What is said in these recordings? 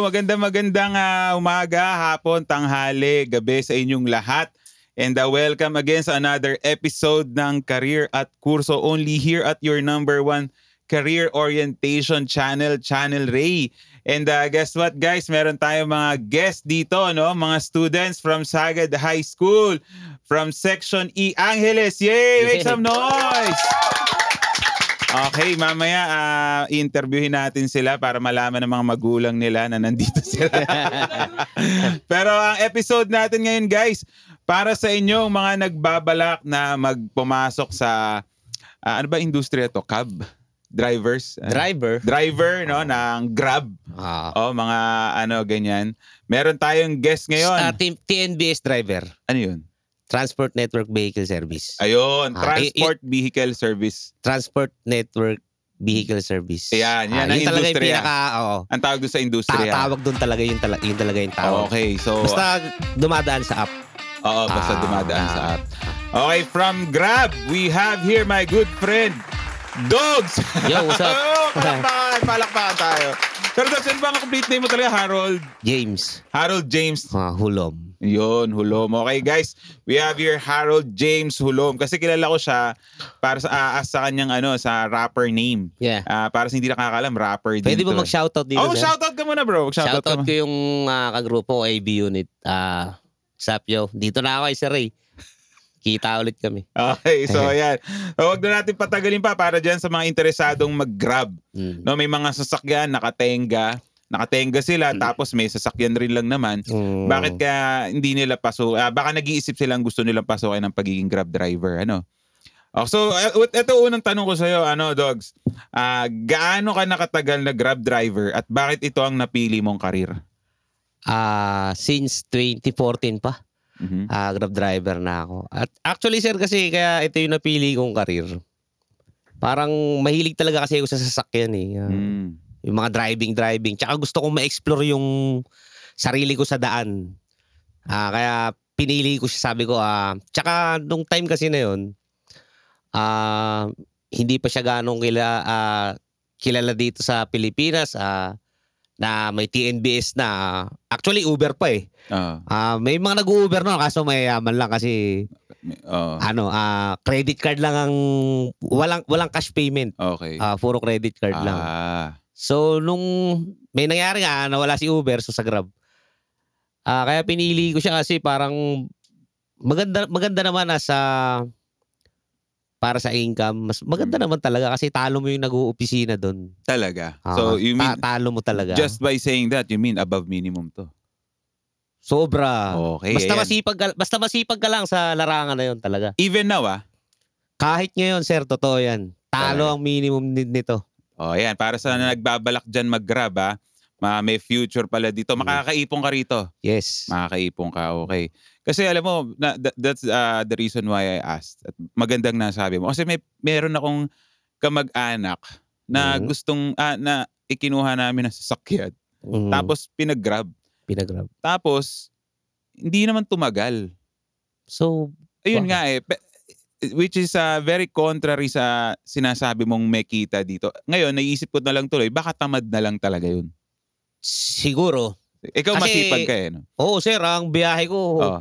maganda magandang ah, umaga, hapon, tanghali, gabi sa inyong lahat. And ah, welcome again sa another episode ng Career at Kurso only here at your number one career orientation channel, Channel Ray. And ah, guess what guys, meron tayong mga guest dito, no? Mga students from Sagad High School, from Section E Angeles. Yay! Make some noise! Okay, mamaya ah, i-interviewin natin sila para malaman ng mga magulang nila na nandito sila. Pero ang episode natin ngayon guys, para sa inyo mga nagbabalak na magpumasok sa ah, ano ba industriya to? Cab? Drivers? Ah, Driver. driver Oh, no ng Grab. Eh? Ah. O mga ano ganyan. Meron tayong guest Ah, ngayon. T- TNBS driver. Ano 'yun? Transport Network Vehicle Service. Ayun, Ah, i- i- Transport Vehicle Service. Transport Network Vehicle Service. Ayan, yan Ah, ang yun talaga yung industriya. pinaka, oo. Ang tawag doon sa Ta- industriya. tawag doon talaga yung, tala- yun talaga yung tawag. Okay, so Basta dumadaan sa app. Oo, basta Ah, dumadaan ah. sa app. Okay, from Grab, we have here my good friend, Dogs! Yo, Oh, what's up? Oo, palakpakan, palakpakan tayo. Pero Dogs, ano ba ang complete name mo talaga? Harold, James. Harold James. Ah, Hulom. Yun, Hulom. Okay guys, we have here Harold James Hulom. Kasi kilala ko siya para sa, ah, ah, sa kanyang ano, sa rapper name. Yeah. Ah, para sa hindi nakakalam, rapper din Pwede ba to. mag-shoutout dito? Oh, sir? shoutout ka muna bro. Shoutout, ka Shoutout muna. ko yung ah, kagrupo, AB Unit. Ah, Sapyo. Dito na ako kay Sir Ray. Kita ulit kami. Okay, so ayan. So, Huwag na natin patagalin pa para dyan sa mga interesadong mag-grab. Mm. No, may mga sasakyan, nakatenga. Nakatenga sila, Hmm. tapos may sasakyan rin lang naman. Mm. Bakit kaya hindi nila paso? ah, baka nag-iisip silang gusto nilang pasukin ng pagiging grab driver, ano? Oh, so, eh, ut- eto unang tanong ko sa'yo, ano, Dogs? Ah, gaano ka nakatagal na grab driver at bakit ito ang napili mong karir? Ah, since 2014 pa. Mhm. Ah, grab driver na ako. At actually sir kasi kaya ito yung napili kong karir. Parang mahilig talaga kasi ako sa sasakyan eh. Ah, Mm. Yung mga driving driving. Tsaka gusto kong ma-explore yung sarili ko sa daan. Ah, kaya pinili ko siya sabi ko ah tsaka nung time kasi na yon ah hindi pa siya ganong kila, ah, kilala dito sa Pilipinas ah na may TNBS na ah. actually Uber pa eh Ah, Ah, may mga nag-Uber no kaso mayayaman lang kasi may- oh, ano, ah credit card lang ang walang walang cash payment. okay. Ah, puro credit card lang. Ah, So nung may nangyari nga nawala si Uber so sa Grab. Ah, kaya pinili ko siya kasi parang maganda maganda naman na sa para sa income. Mas maganda Hmm. naman talaga kasi talo mo yung nag-uopisina doon. talaga. Ah, so, you mean, ta- talo mo talaga. just by saying that, you mean above minimum to? sobra. Oh, Okay. Ah. basta ayan. masipag ka, basta masipag ka lang sa larangan na 'yon talaga. Even now, ah, Kahit ngayon, sir, totoo yan. Talo Talaga. ang minimum need nito. Oh, ayan. Para sa Mm. na nagbabalak dyan mag-grab, ah. Ma, may future pala dito. Makakaipon ka rito. Yes. Makakaipon ka, okay. Kasi alam mo, na, that- that's ah, the reason why I asked. At magandang nasabi mo. Kasi may meron akong kamag-anak na Mhm. gustong, ah, na ikinuha namin ng sasakyan. Mm, Tapos pinag-grab. pinagrab. Tapos, hindi naman tumagal. So, Ayun Bakit? nga eh. Pe- Which is ah, very contrary sa sinasabi mong may kita dito. Ngayon, naisip ko na lang tuloy, baka tamad na lang talaga yun. siguro. Ikaw Kasi- masipag ka eh, no? Oh, Oo, sir, ang biyahe ko. Oo.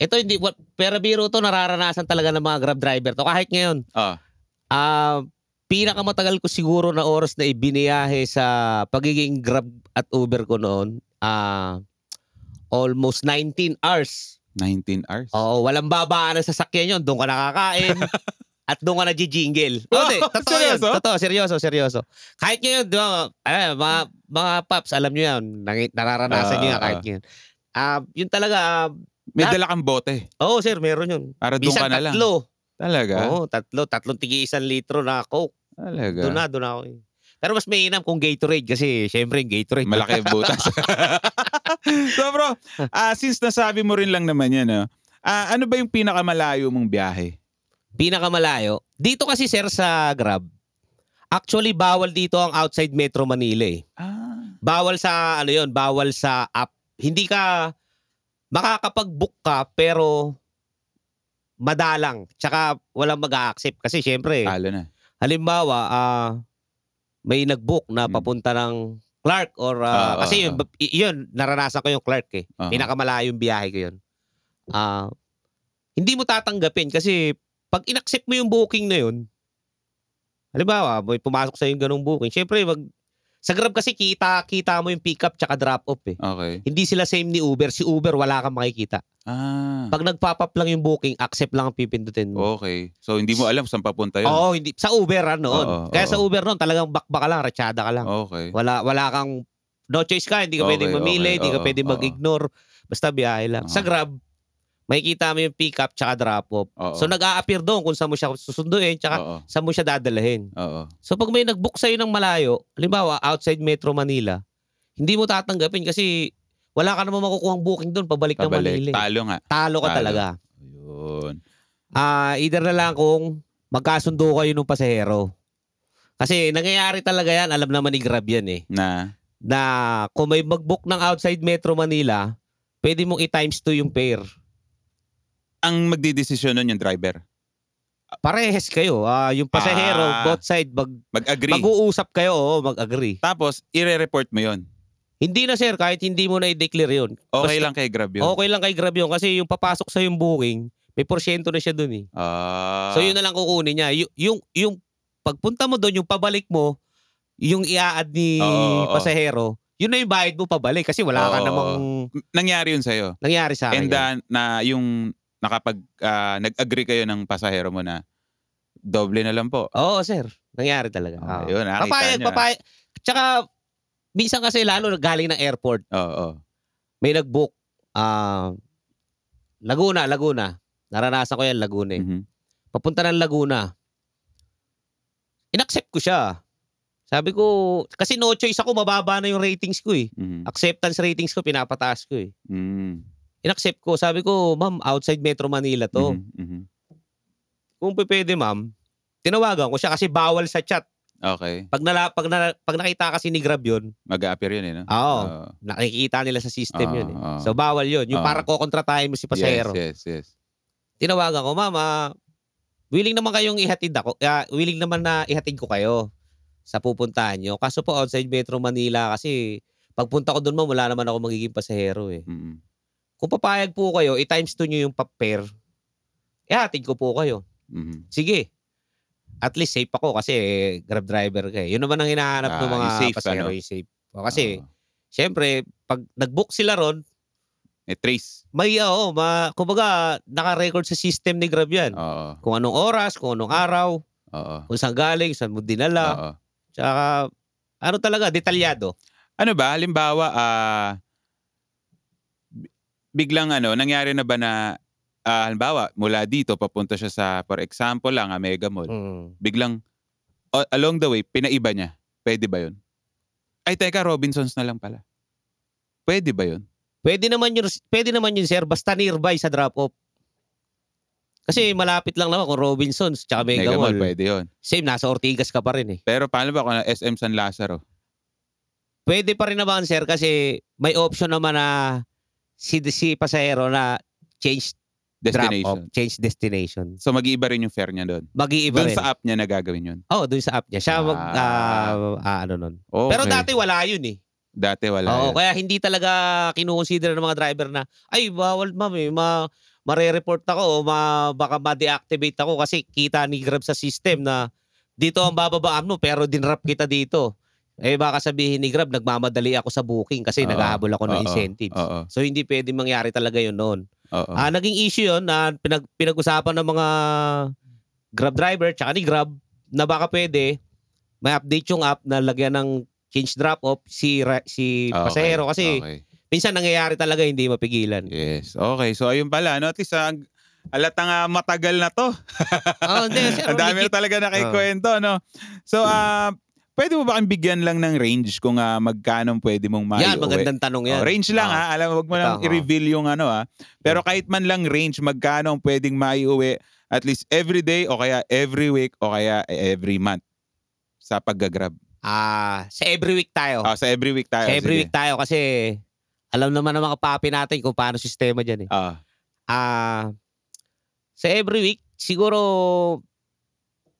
Ito hindi, wa- pero biro to, nararanasan talaga ng mga grab driver to. Kahit ngayon, Oo. ah pinakamatagal ko siguro na oras na ibiniyahe sa pagiging grab at Uber ko noon, ah almost 19 hours. 19 hours. Oo, walang babaan ang sasakyan yun. Doon ka nakakain. at doon ka nagjijingle. Oh, Oh, hindi. Totoo yun. seryoso? Totoo, seryoso, seryoso. Kahit ngayon, di ba, alam, mga, mga paps, alam nyo yan, nangi- nararanasan Ah, nyo Hmm. yan ah, kahit ah. ngayon. Ah, yun talaga, ah, May lahat- dala kang bote. oo oh, sir, meron yun. Para doon ka Bisan na lang. tatlo. Talaga? Oo, tatlo. Tatlong tigi isang litro na coke. Talaga. Doon na, doon na ako. eh. Pero mas may inam kung Gatorade kasi syempre yung Gatorade. Malaki ang butas. so bro, ah, since nasabi mo rin lang naman yan, no? ah, ano ba yung pinakamalayo mong biyahe? Pinakamalayo. Dito kasi sir sa Grab, actually bawal dito ang outside Metro Manila eh. Ah, bawal sa ano yon bawal sa app hindi ka makakapag-book ka pero madalang tsaka walang mag-accept kasi Ah. syempre talo na. halimbawa ah, may nag-book na Mm. papunta ng Clark or Ah, ah, ah, kasi yun, y- yun naranasan ko yung Clark eh. Ah. Pinakamalayong biyahe ko yun. Ah, hindi mo tatanggapin kasi pag inaccept mo yung booking na yun, halimbawa, may pumasok sa yung ganung booking, syempre wag sa Grab kasi kita kita mo yung pick up tsaka drop off eh. Okay. Hindi sila same ni Uber. Si Uber wala kang makikita. Ah. Pag nag-pop up lang yung booking, accept lang ang pipindutin mo. Okay. So hindi mo alam saan papunta Oh, yun. Oo, hindi sa Uber ano. noon. Oo, Kaya oo. sa Uber noon talagang bakba ka lang, ratsyada ka lang. Okay. Wala wala kang no choice ka, hindi ka Okay, pwedeng okay, mamili, hindi ka oo, pwedeng oo. Mm. mag-ignore. Basta biyahe lang. Sa Oo. Grab, makikita mo yung pick up tsaka drop off. Oo. So nag-a-appear doon kung saan mo siya susunduin tsaka Oo. saan mo siya dadalhin. Oo. So pag may nag-book sa'yo ng malayo, halimbawa outside Metro Manila, hindi mo tatanggapin kasi wala ka naman makukuhang booking doon pabalik, ng Manila. Pabalik. eh. Talo nga. Talo ka Talo. talaga. Yun. Ah, either na lang kung magkasundo kayo nung pasahero. Kasi nangyayari talaga yan, alam naman ni Grab yan eh. Na. Na kung may mag-book ng outside Metro Manila, pwede mong i-times 2 yung pair. Ang magdidesisyon nun yung driver. Parehes kayo. Ah, yung pasahero, Ah. both side, mag, Mag-agree. mag-uusap kayo, oo, mag-agree. Tapos, ire-report mo yun. Hindi na sir, kahit hindi mo na i-declare yun. Okay Basta- lang kay Grab yun. Okay lang kay Grab yun kasi yung papasok sa yung booking, may porsyento na siya dun eh. Ah. So yun na lang kukunin niya. Yung, yung, yung pagpunta mo doon, yung pabalik mo, yung i-add ni Oo, oo. pasahero, yun na yung bayad mo pabalik kasi wala ka Oo, namang nangyari yun sa'yo. nangyari sa akin. And uh, na yung nakapag ah, nag-agree kayo ng pasahero mo na doble na lang po. Oo, sir. Nangyari talaga. Ah, Oo. yun, nakita papayag, nyo, ah. papayag. Tsaka, minsan kasi lalo galing ng airport, Oo. oo. may nag-book. ah, Laguna, Laguna. Naranasan ko yan, Laguna eh. Mhm. Papunta ng Laguna. Inaccept ko siya. Sabi ko, kasi no choice ako, mababa na yung ratings ko eh. Mhm. acceptance ratings ko, pinapataas ko eh. Mm. Inaccept ko. Sabi ko, ma'am, outside Metro Manila to. Mhm, mhm. Kung pe- pwede, ma'am, tinawagan ko siya kasi bawal sa chat. Okay. Pag, nala, pag, nala, pag nakita kasi ni Grab yun, Mag-a-appear yun eh, no? Ah, oo, Oo. nakikita nila sa system Ah, yun eh. ah. So, bawal yun. Yung Ah. para kokontratahin mo si pasahero. Yes, yes, yes. Tinawagan ko, ma'am, ah, willing naman kayong ihatid ako. ah, willing naman na ihatid ko kayo sa pupuntahan nyo. Kaso po, outside Metro Manila kasi pagpunta ko doon, ma'am, wala naman ako magiging pasahero eh. Mhm. Kung papayag po kayo, i-times 2 nyo yung pa-pair. Ihatid ko po kayo. Mhm. Sige. At least safe ako kasi grab driver ka eh. Yun naman ang hinahanap ng Ah, mga yung safe, ano? pasahero, Ah. yung safe. O, kasi, Oo. syempre, pag nag-book sila ron, Eh, trace. may, oo, ma, kumbaga, naka-record sa system ni Grab yan. Oo. Kung anong oras, kung anong araw, Oo. kung saan galing, saan mo dinala. Oo. Tsaka, ano talaga, detalyado. Ano ba, halimbawa, ah, bi- biglang ano, nangyari na ba na, ah, halimbawa, mula dito, papunta siya sa, for example lang, ah, Mega Mall. Mm. biglang a- along the way, pinaiba niya. Pwede ba yun? Ay, teka, Robinsons na lang pala. Pwede ba yun? Pwede naman yun, pwede naman yun, sir, basta nearby sa drop-off. Kasi Mm. malapit lang naman kung Robinsons tsaka Mega, Mall. pwede yun. Same, nasa Ortigas ka pa rin eh. Pero paano ba kung na SM San Lazaro? Pwede pa rin naman, sir, kasi may option naman na si, si pasahero na change drop-off, Destination. change destination. So mag-iiba rin yung fare niya doon. Mag-iiba Doon rin. sa app niya na gagawin yun. Oh, doon sa app niya. Siya mag, Ah. ah, ah, ano nun. Okay. Pero dati wala yun eh. Dati wala Oo, yun. kaya hindi talaga kinukonsider ng mga driver na, ay, bawal ma'am eh, ma mare-report ako o ma, baka ma-deactivate ako kasi kita ni Grab sa system na dito ang bababaan mo pero dinrap kita dito. Eh baka sabihin ni Grab, nagmamadali ako sa booking kasi Oo. naghahabol ako ng Oo. incentives. Oo. So hindi pwede mangyari talaga yun noon. Oo. Ah, naging issue yun na pinag, pinag-usapan ng mga Grab driver tsaka ni Grab na baka pwede may update yung app na lagyan ng change drop off si ra- si Okay. pasahero kasi Okay. minsan nangyayari talaga hindi mapigilan. Yes. Okay. So ayun pala. No? At least ah, alata nga ah, matagal na to. Oh, hindi, sir, Ang dami na legit. talaga nakikwento, no? So, ah, pwede mo ba kang bigyan lang ng range kung ah, magkano pwede mong maiuwi? Yan, magandang tanong yan. Oh, range lang Ah. ha. Alam mo, wag mo lang Ito, oh. i-reveal yung ano ha. Pero Hmm. kahit man lang range, magkano ang pwedeng maiuwi at least every day o kaya every week o kaya every month sa paggagrab. Ah, sa every week tayo. Ah, sa every week tayo. sa Oh. every Sige. week tayo kasi alam naman ng mga papi natin kung paano sistema dyan eh. Ah, Ah, sa every week, siguro,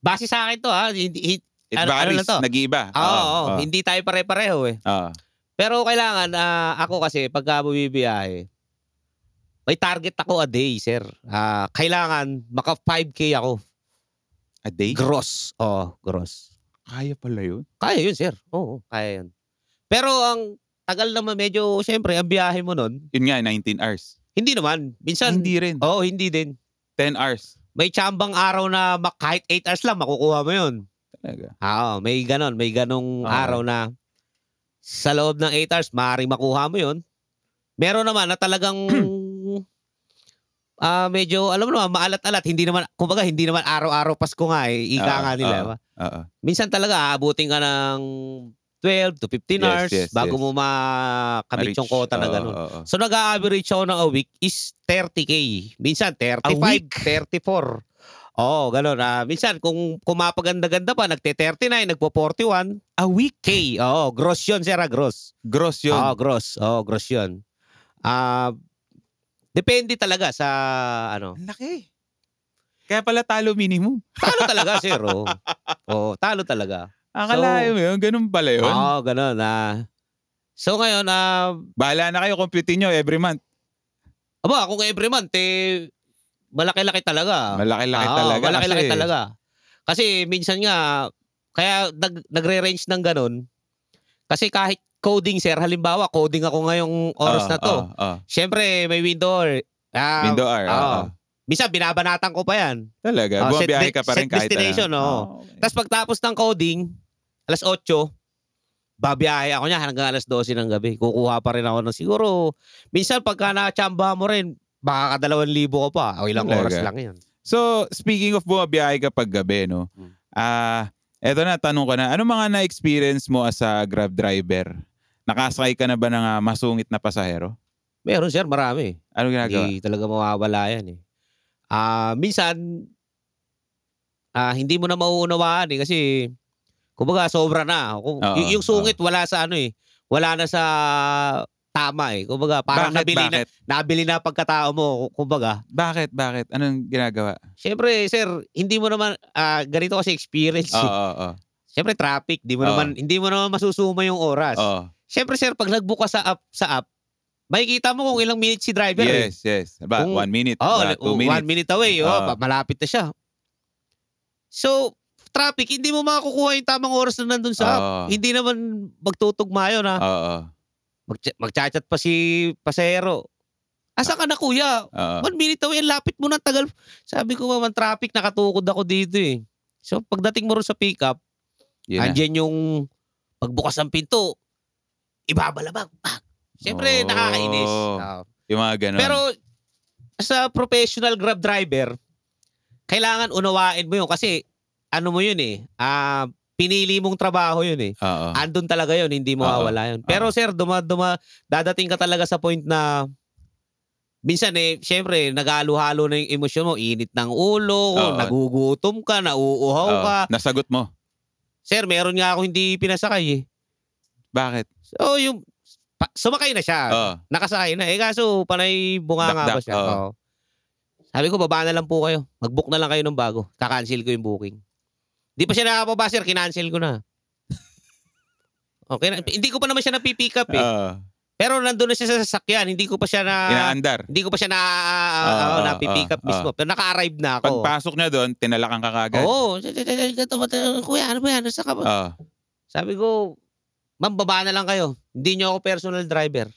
base sa akin to ha, hindi, hi- It Ano- ano varies. lang to? Nag-iiba. Ah, Oo, oo, hindi tayo pare-pareho eh. Oo. Pero kailangan, ah, ako kasi, pagka bumibiyahe, may target ako a day, sir. Ah, kailangan, maka 5K ako. A day? Gross. Oo, gross. Kaya pala yun. Kaya yun, sir. Oo, kaya yun. Pero ang tagal naman, medyo, syempre, ang biyahe mo nun, Yun nga, 19 hours. hindi naman. Minsan, Hindi rin. Oo, hindi din. 10 hours. May tsambang araw na ma- kahit 8 hours lang, makukuha mo yun. Talaga. Oo, Ah, oh, may ganon. May ganong Oo. araw na sa loob ng 8 hours, maaaring makuha mo yun. Meron naman na talagang ah medyo, alam mo naman, maalat-alat. Hindi naman, kumbaga, hindi naman araw-araw Pasko nga eh. Ika Oo, nga nila. oo. ba? Oo. Minsan talaga, aabutin ka ng 12 to 15 Yes, hours yes, bago yes. mo makamit Ma-reach. yung quota na Oo, ganon. oo, oo. So nag-a-average ako ng a week is 30k. Minsan 35, A week? 34. Oo, ganun. Ah, minsan kung kumapaganda-ganda pa, nagte-39, nagpo-41. A week? K, oo, gross yun, sir, ah, gross. Gross yun. Oo, gross. Oo, gross yun. Ah, depende talaga sa, ano, Ang laki. Kaya pala talo minimum. talo talaga, sir. Oo, Oo, talo talaga. Akala So- mo yun, ganun pala yun. Oo, ganun. Ah. So ngayon, ah, Bahala na kayo, compute nyo every month. aba, kung every month, eh, malaki-laki talaga. Malaki-laki Oo, talaga. Ah. Malaki-laki kasi. talaga. Kasi minsan nga, kaya nag, nagre-range ng ganun. Kasi kahit coding, sir, halimbawa, coding ako ngayong oras Oo, na to. oo, oo. Siyempre, may window or... ah, Window R. oo. oo. Minsan, binabanatan ko pa yan. Talaga. Oo, set Bumabiyahe de- ka pa rin set kahit destination, ano. oo. okay. Tapos pagtapos ng coding, alas 8, babiyahe ako niya hanggang alas 12 ng gabi. Kukuha pa rin ako ng siguro. Minsan, pagka na-chamba mo rin, baka kadalawan libo ko pa. O ilang Talaga? oras lang yun. So, speaking of bumabiyahe ka pag gabi, no? Mm. Ah, eto na, tanong ko na. Ano mga na-experience mo as a Grab driver? Nakasakay ka na ba ng ah, masungit na pasahero? Meron, sir, marami. Ano ginagawa? Hindi talaga mawawala yan eh. Ah, minsan ah hindi mo na mauunawaan eh kasi kumbaga sobra na. Kung, Oo, y- yung sungit wala sa ano eh. Wala na sa tama eh. Kumbaga parang bakit, nabili bakit? na nabili na pagkatao mo kumbaga. Bakit, bakit? Anong ginagawa? Syempre sir, hindi mo naman ah, ganito kasi experience. Oo, eh. oo, oo. Syempre traffic, di mo Oo. naman hindi mo naman masusuma yung oras. Oo. Syempre sir, pag nagbuka sa app sa app, makikita mo kung ilang minutes si driver eh. Yes, yes. Ba, Kung- one minute, Oh, ba, two one minutes. minute away. Oh, Ah. pa- malapit na siya. So, traffic, hindi mo makukuha yung tamang oras na nandun sa ah. app. Oo, Hindi naman magtutugma yun, ha? oo, Magcha- magchat-chat pa si pasahero. Ah. Asa ka na, kuya? oo. One minute away, ang lapit mo na, tagal. Sabi ko, man, traffic, nakatukod ako dito, eh. So, pagdating mo rin sa pickup, Yun na. andyan yung pagbukas ng pinto, ibabalabag. Bang! Siyempre, Oo. nakakainis. Ah, Yung mga ganun. pero sa professional grab driver, kailangan unawain mo yun kasi ano mo yun eh, ah, pinili mong trabaho yun eh. oo. Andun talaga yun, hindi Oo. mawawala yun. Pero sir, duma, duma, dadating ka talaga sa point na minsan eh, syempre, nagalo-halo na yung emosyon mo, init ng ulo, Oo. nagugutom ka, nauuhaw Oo. ka. Nasagot mo. Sir, meron nga ako hindi pinasakay eh. Bakit? So yung, pa- sumakay na siya. Oo. Nakasakay na. Eh kaso panay bunga nga Dakdak, ba siya? oo. Oo. Sabi ko, baba na lang po kayo. Mag-book na lang kayo ng bago. Kakancel ko yung booking. Di pa siya nakapaba, sir. Kinancel ko na. Okay na. Hindi ko pa naman siya napipick up eh. Oo. Pero nandun na siya sa sasakyan. Hindi ko pa siya na... Inaandar. hindi ko pa siya na, Oo, oo, oo, napipick up oo. mismo. Pero naka-arrive na ako. Pagpasok niya doon, tinalakan ka kagad. Oo. Kuya, ano ba yan? Nasa ka ba? Oo. Sabi ko, ma'am, baba na lang kayo. Hindi niyo ako personal driver.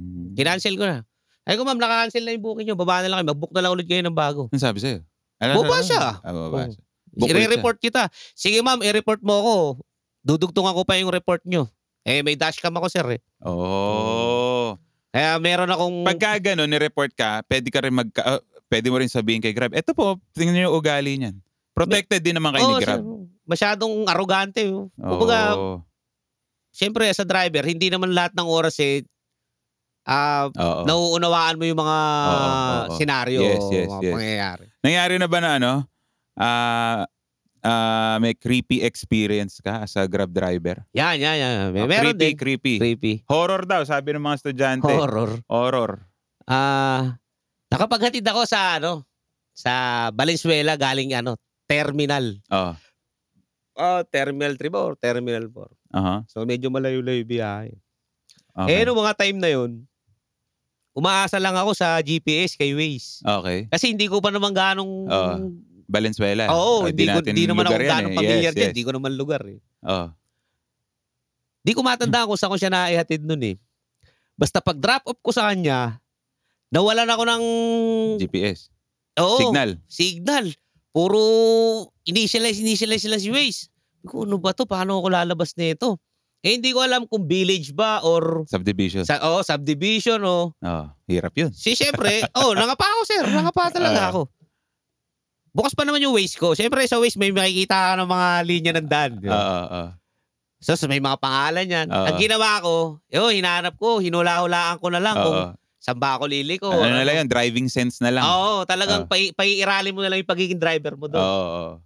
Mm. Kinancel ko na. Ay ko ma'am, naka-cancel na yung booking nyo. Baba na lang kayo. Mag-book na lang ulit kayo ng bago. Ano sabi sa'yo? Ano, Boba siya. Ah, boba Oo. siya. Book ulit I-report kita. Sige ma'am, i-report mo ako. Dudugtungan ko pa yung report nyo. Eh, may dashcam ako sir eh. Oh. Kaya meron akong... Pagka gano'n, nireport ka, pwede ka rin mag... ah, pwede mo rin sabihin kay Grab, eto po, tingnan niyo yung ugali niyan. Protected din naman kayo Oo, ni Grab. sir. masyadong arrogante. oh. Kumbaga, Oo. siyempre sa driver, hindi naman lahat ng oras eh ah, Oo. nauunawaan mo yung mga Oo, oo. senaryo Yes, yes, mga yes. pangyayari. Nangyari na ba na ano? Ah, ah, may creepy experience ka as a Grab driver? Yan, yan, yan. May, Ah, meron creepy, din. creepy. Creepy. Horror daw, sabi ng mga estudyante. Horror. Horror. Ah, nakapaghatid ako sa ano, sa Valenzuela galing ano, terminal. Oh. ah, Terminal 3 ba or Terminal 4? Aha. So medyo malayo-layo yung biyahe. Eh, uh-huh. Okay. nung mga time na yun, umaasa lang ako sa GPS kay Waze. Okay. Kasi hindi ko pa naman ganong... Oo. Valenzuela. Oo, Ah, hindi, ko, natin hindi naman ako lugar yan ganong eh. familiar yes, din. yes. Hindi ko naman lugar eh. Oh. Di ko matandaan kung saan ko siya naihatid nun eh. Basta pag drop off ko sa kanya, nawalan ako ng... GPS. Oo, Signal. signal. Puro initialize, initialize sila si Waze. Kung ano ba to? Paano ako lalabas nito? Eh, hindi ko alam kung village ba or Subdivision. sa, oh, subdivision o... Oh. oh, hirap yun. Si syempre, oh, nangapa ako sir. Nangapa talaga Ah. ako. Bukas pa naman yung Waze ko. Syempre sa Waze may makikita ka ng mga linya ng daan. di Oo, ba? oo, oo. So, so may mga pangalan yan. Oo. Ang ginawa ko, yun, hinanap ko, hinula-hulaan ko na lang kung Oo. saan ba ako liliko. Ah. Ano na lang Ah. yun, driving sense na lang. Oo. Oo, Oo. talagang pai paiirali mo na lang yung pagiging driver mo doon. oo.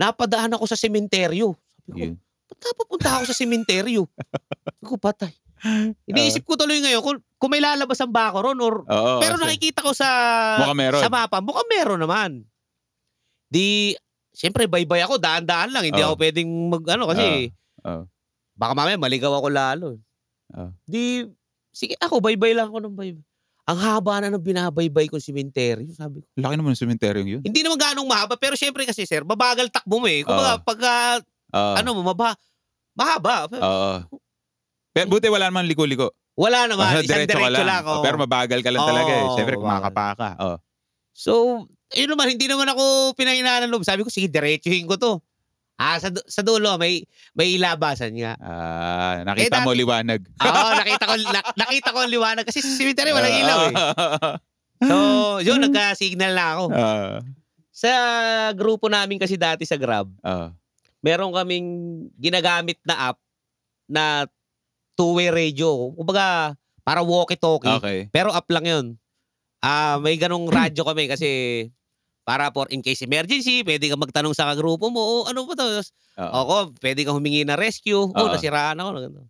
Napadaan ako sa sementeryo. Sabi Yun. ko, ba't napapunta ako sa sementeryo? Sabi ko, patay. Ah. Iniisip ko tuloy ngayon kung, kung may lalabas ang bako ron or... Oo. pero so- nakikita ko sa... Oh, Mukhang meron. Sa mapa, mukhang meron naman. Di, siyempre, baybay ako, daan-daan lang. Hindi Oo. ako pwedeng mag, ano, kasi, Oo. baka mamaya maligaw ako lalo. Oo. Di, sige, ako, baybay lang ako ng baybay. Ang haba na ng binabaybay kong cemetery. Sabi ko. Laki naman ng sementeryong yun. Hindi naman ganong mahaba, pero siyempre kasi, sir, mabagal takbo mo eh. Kung Oo. pagka, Oo. ano mo, maba, mahaba. Oo. Pero buti wala naman liko-liko. Wala naman, Ah, isang diretso ka diretso lang. lang. oo. Pero mabagal ka lang Oo, talaga eh. Siyempre, mabagal. kumakapa ka. Oo. So, yun naman, hindi naman ako pinahinaan ng loob. Sabi ko, sige, diretsuhin ko to. Ah, sa, du- sa dulo, may, may ilabasan nga. Ah, nakita Eh, mo dati- liwanag. Oo, nakita ko, na, nakita ko ang liwanag kasi sa cemetery walang ilaw eh. So, yun, nagka-signal na ako. Oo. Sa grupo namin kasi dati sa Grab, Oo. meron kaming ginagamit na app na two-way radio. Kumbaga, para walkie-talkie. Okay. Pero app lang yun. Ah, may ganong radyo kami kasi para for in case emergency, pwede kang magtanong sa grupo mo, oh, ano ba to? Oo. Ako, pwede kang humingi na rescue. Oh, Oo. nasiraan ako. Ganun.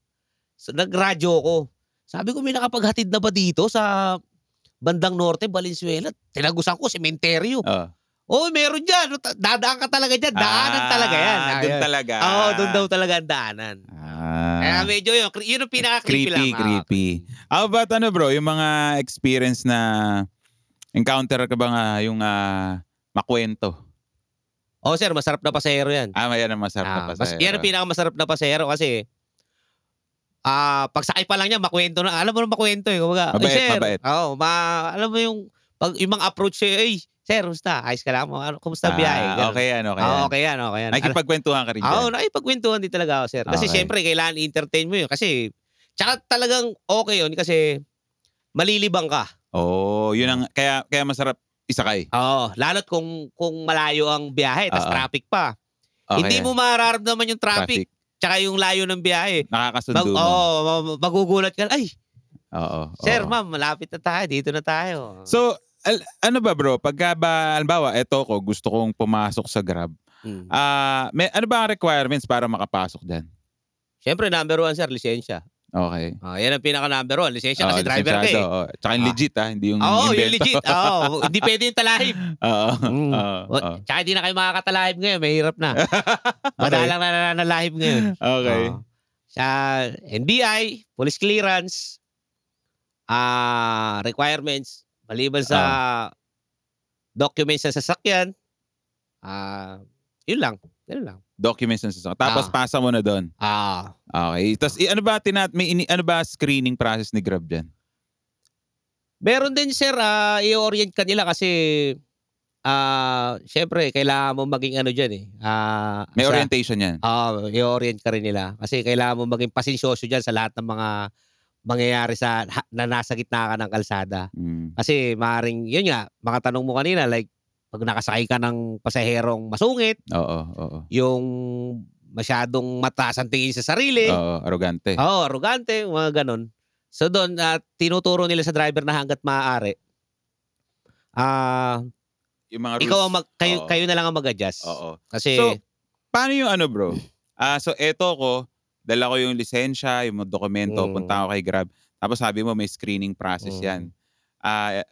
So, nagradyo ko. Sabi ko, may nakapaghatid na ba dito sa bandang norte, Valenzuela? Tinagusan ko, sementeryo. Oo. Oh, meron dyan. Dadaan ka talaga dyan. Daanan talaga yan. Ah, Doon talaga. Oo, doon daw talaga ang daanan. Ah. Kaya medyo yun. cre- Yun ang pinaka-creepy creepy, lang. Ah, creepy. How about ano bro, yung mga experience na encounter ka ba nga yung ah, makwento? Oh, sir, masarap na pasahero yan. Ah, yan ang masarap na Ah, mas- pasahero. Yan ang pinakamasarap na pasahero kasi ah pagsakay pa lang niya, makwento na. Alam mo na makwento eh. Kumbaga, Mabait, "Ay, sir, mabait." Oo, ma, alam mo yung, pag, yung mga approach sa'yo, ay, sir, kumusta? Ayos ka lang mo. Ano, kumusta Ah, biyahe? Ganun. okay yan, okay Ah, yan. okay yan, okay yan. Ano, ah, Nakikipagkwentuhan ka rin Oo, dyan. nakipagkwentuhan din talaga ako, sir. Kasi Okay. syempre, kailangan i-entertain mo yun. Kasi, tsaka talagang okay yun kasi malilibang ka. Oh, yun ang, kaya, kaya masarap isakay. Oo, lalo't kung, kung malayo ang biyahe, tas Oo. traffic pa. Okay Hindi yan. mo mararamdaman yung traffic, tsaka yung layo ng biyahe. Mag, Nakakasundo mo. Oo. oh, magugulat ka. Ay, oo. sir, ma'am, malapit na tayo. Dito na tayo. So, al- ano ba bro, pagka ba, halimbawa, eto ko, gusto kong pumasok sa Grab. Mm. Ah, may, ano ba ang requirements para makapasok dyan? Siyempre, number one, sir, lisensya. Okay. Ah, yan ang pinaka number one. Lisensya kasi Oo, driver ka eh. lisensyado, oo. Tsaka yung Ah. legit ah, hindi yung Oo, oh, yung invento. legit. Oo, hindi pwede yung talahib. Oo. Mm. oo, Wa- oo. Tsaka hindi na kayo makakatalahib ngayon. Mahirap na. Madalang na nananalahib ngayon. Okay. Oo. sa NBI, police clearance, ah requirements, maliban sa documents sa sasakyan, ah yun lang. Yun lang. Documents na sasama. Tapos Ah. pasa mo na doon. Ah, Okay. Tapos i- ano ba tinat may ini- ano ba screening process ni Grab diyan? Meron din sir, ah, i-orient ka nila kasi ah syempre kailangan mo maging ano diyan eh. Ah, May sa- orientation 'yan. Ah, i-orient ka rin nila kasi kailangan mo maging pasensyoso diyan sa lahat ng mga mangyayari sa ha- na nasa gitna ka ng kalsada. Mm. Kasi maring yun nga, mga tanong mo kanina like pag nakasakay ka ng pasaherong masungit, Oo, oo. yung masyadong mataas ang tingin sa sarili, Oo, arrogante. Oo, arrogante, mga ganun. So doon, ah, tinuturo nila sa driver na hanggat maaari. Ah, Yung mga rules. ikaw ang mag, kayo, Oo. kayo na lang ang mag-adjust. Oo. Kasi So, paano yung ano, bro? Ah, so eto ko, dala ko yung lisensya, yung mga dokumento, Mm. punta ako kay Grab. Tapos sabi mo may screening process Mm. 'yan. Ah,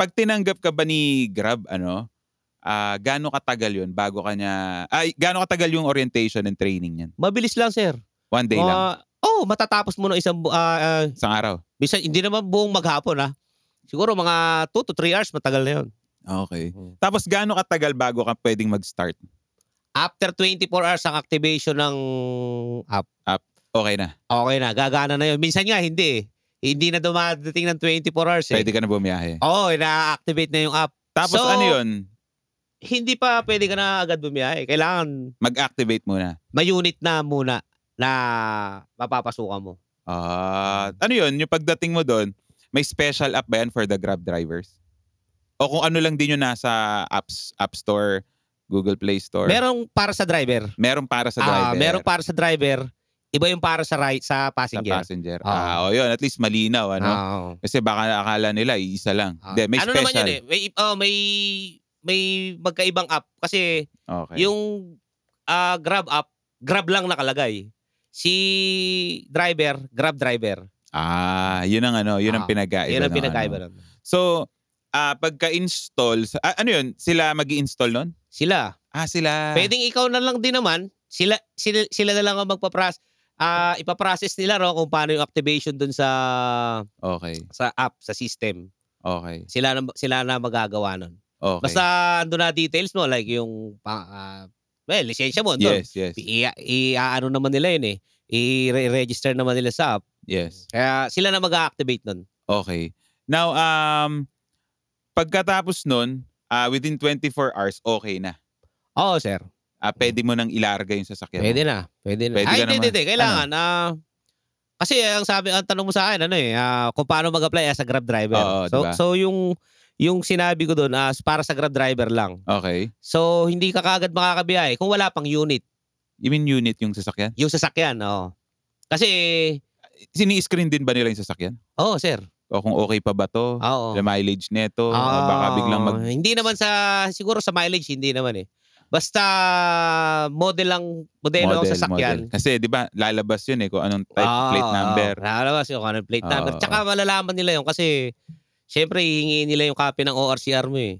pag tinanggap ka ba ni Grab ano, ah gaano katagal yun bago kanya ay gaano katagal yung orientation and training niyan? Mabilis lang, sir. One day lang, Ah, oh, matatapos mo ng isang bu- ah, ah, isang araw. bisan hindi naman buong maghapon ah. Siguro mga 2 to 3 hours matagal na 'yon. Ah, Okay. Mm. Tapos gaano katagal bago ka pwedeng mag-start? After 24 hours ang activation ng app. Okay na. Okay na, gagana na 'yon. Minsan nga hindi eh. Hindi na dumadating ng 24 hours eh. Pwede ka na bumiyahe. Oo, oh, na-activate na yung app. Tapos So- ano yun? Hindi pa pwede ka na agad bumiyahe. Kailangan Mag-activate muna. may unit na muna na mapapasukan mo. Mm. Ah, ano yun? Yung pagdating mo doon, may special app ba yan for the Grab drivers? O kung ano lang din yun nasa apps, App Store, Google Play Store? Merong para sa driver. Meron para sa Ah, driver. merong para sa driver. Iba yung para sa right sa sa passenger. passenger. Ah. Ah, o yun. At least malinaw, ano? Oo. Kasi baka akala nila, isa lang. Ah. Hindi, may ano special. naman yun eh? May, oh, may, may magkaibang app. Kasi Okay. yung ah, Grab app, Grab lang nakalagay. Si driver, Grab driver. Ah, yun ang ano, yun ang Ah, pinagkaiba. Yan ang ng pinakaiba ano. nun. So, ah, pagka-install, sa- ah, ano yun? Sila mag install nun? Sila. Ah, sila. Pwedeng ikaw na lang din naman. Sila, sila, sila na lang ang magpa-process. ah ipaprocess nila ro kung paano yung activation dun sa Okay, sa app, sa system. okay, Sila na, sila na magagawa nun. okay. Basta ando na details mo like yung pa- ah, well, lisensya mo andun. yes, yes, i, i ano naman nila yun eh. I-register naman nila sa app. yes. Kaya sila na mag-activate nun. Okay. Now, um, pagkatapos nun, ah, within 24 hours, okay na. Oo, sir. Ah, pwede mo nang ilarga yung sasakyan Pwede mo. na. Pwede na. Pwede ka Ay, hindi, naman. Ano? hindi, hindi. Kailangan. ah, kasi ang sabi, ang tanong mo sa akin, ano eh, ah, kung paano mag-apply as a Grab driver. Oo, so, diba? so yung, yung sinabi ko doon, as para sa Grab driver lang. Okay. So, hindi ka kagad makakabiyahe kung wala pang unit, You mean unit yung sasakyan? yung sasakyan. Oo. Kasi, Sini-screen din ba nila yung sasakyan? oo, sir. O kung okay pa ba to? Oo. The mileage nito? o baka biglang mag... Ah, Hindi naman sa, siguro sa mileage, hindi naman eh. Basta model lang, modelo ang sasakyan. model. Kasi di ba lalabas yun eh kung anong type, plate number. Ah, Lalabas yung ano, plate Ah, number. ah, Tsaka malalaman nila yun kasi syempre hihingi nila yung copy ng ORCR mo eh.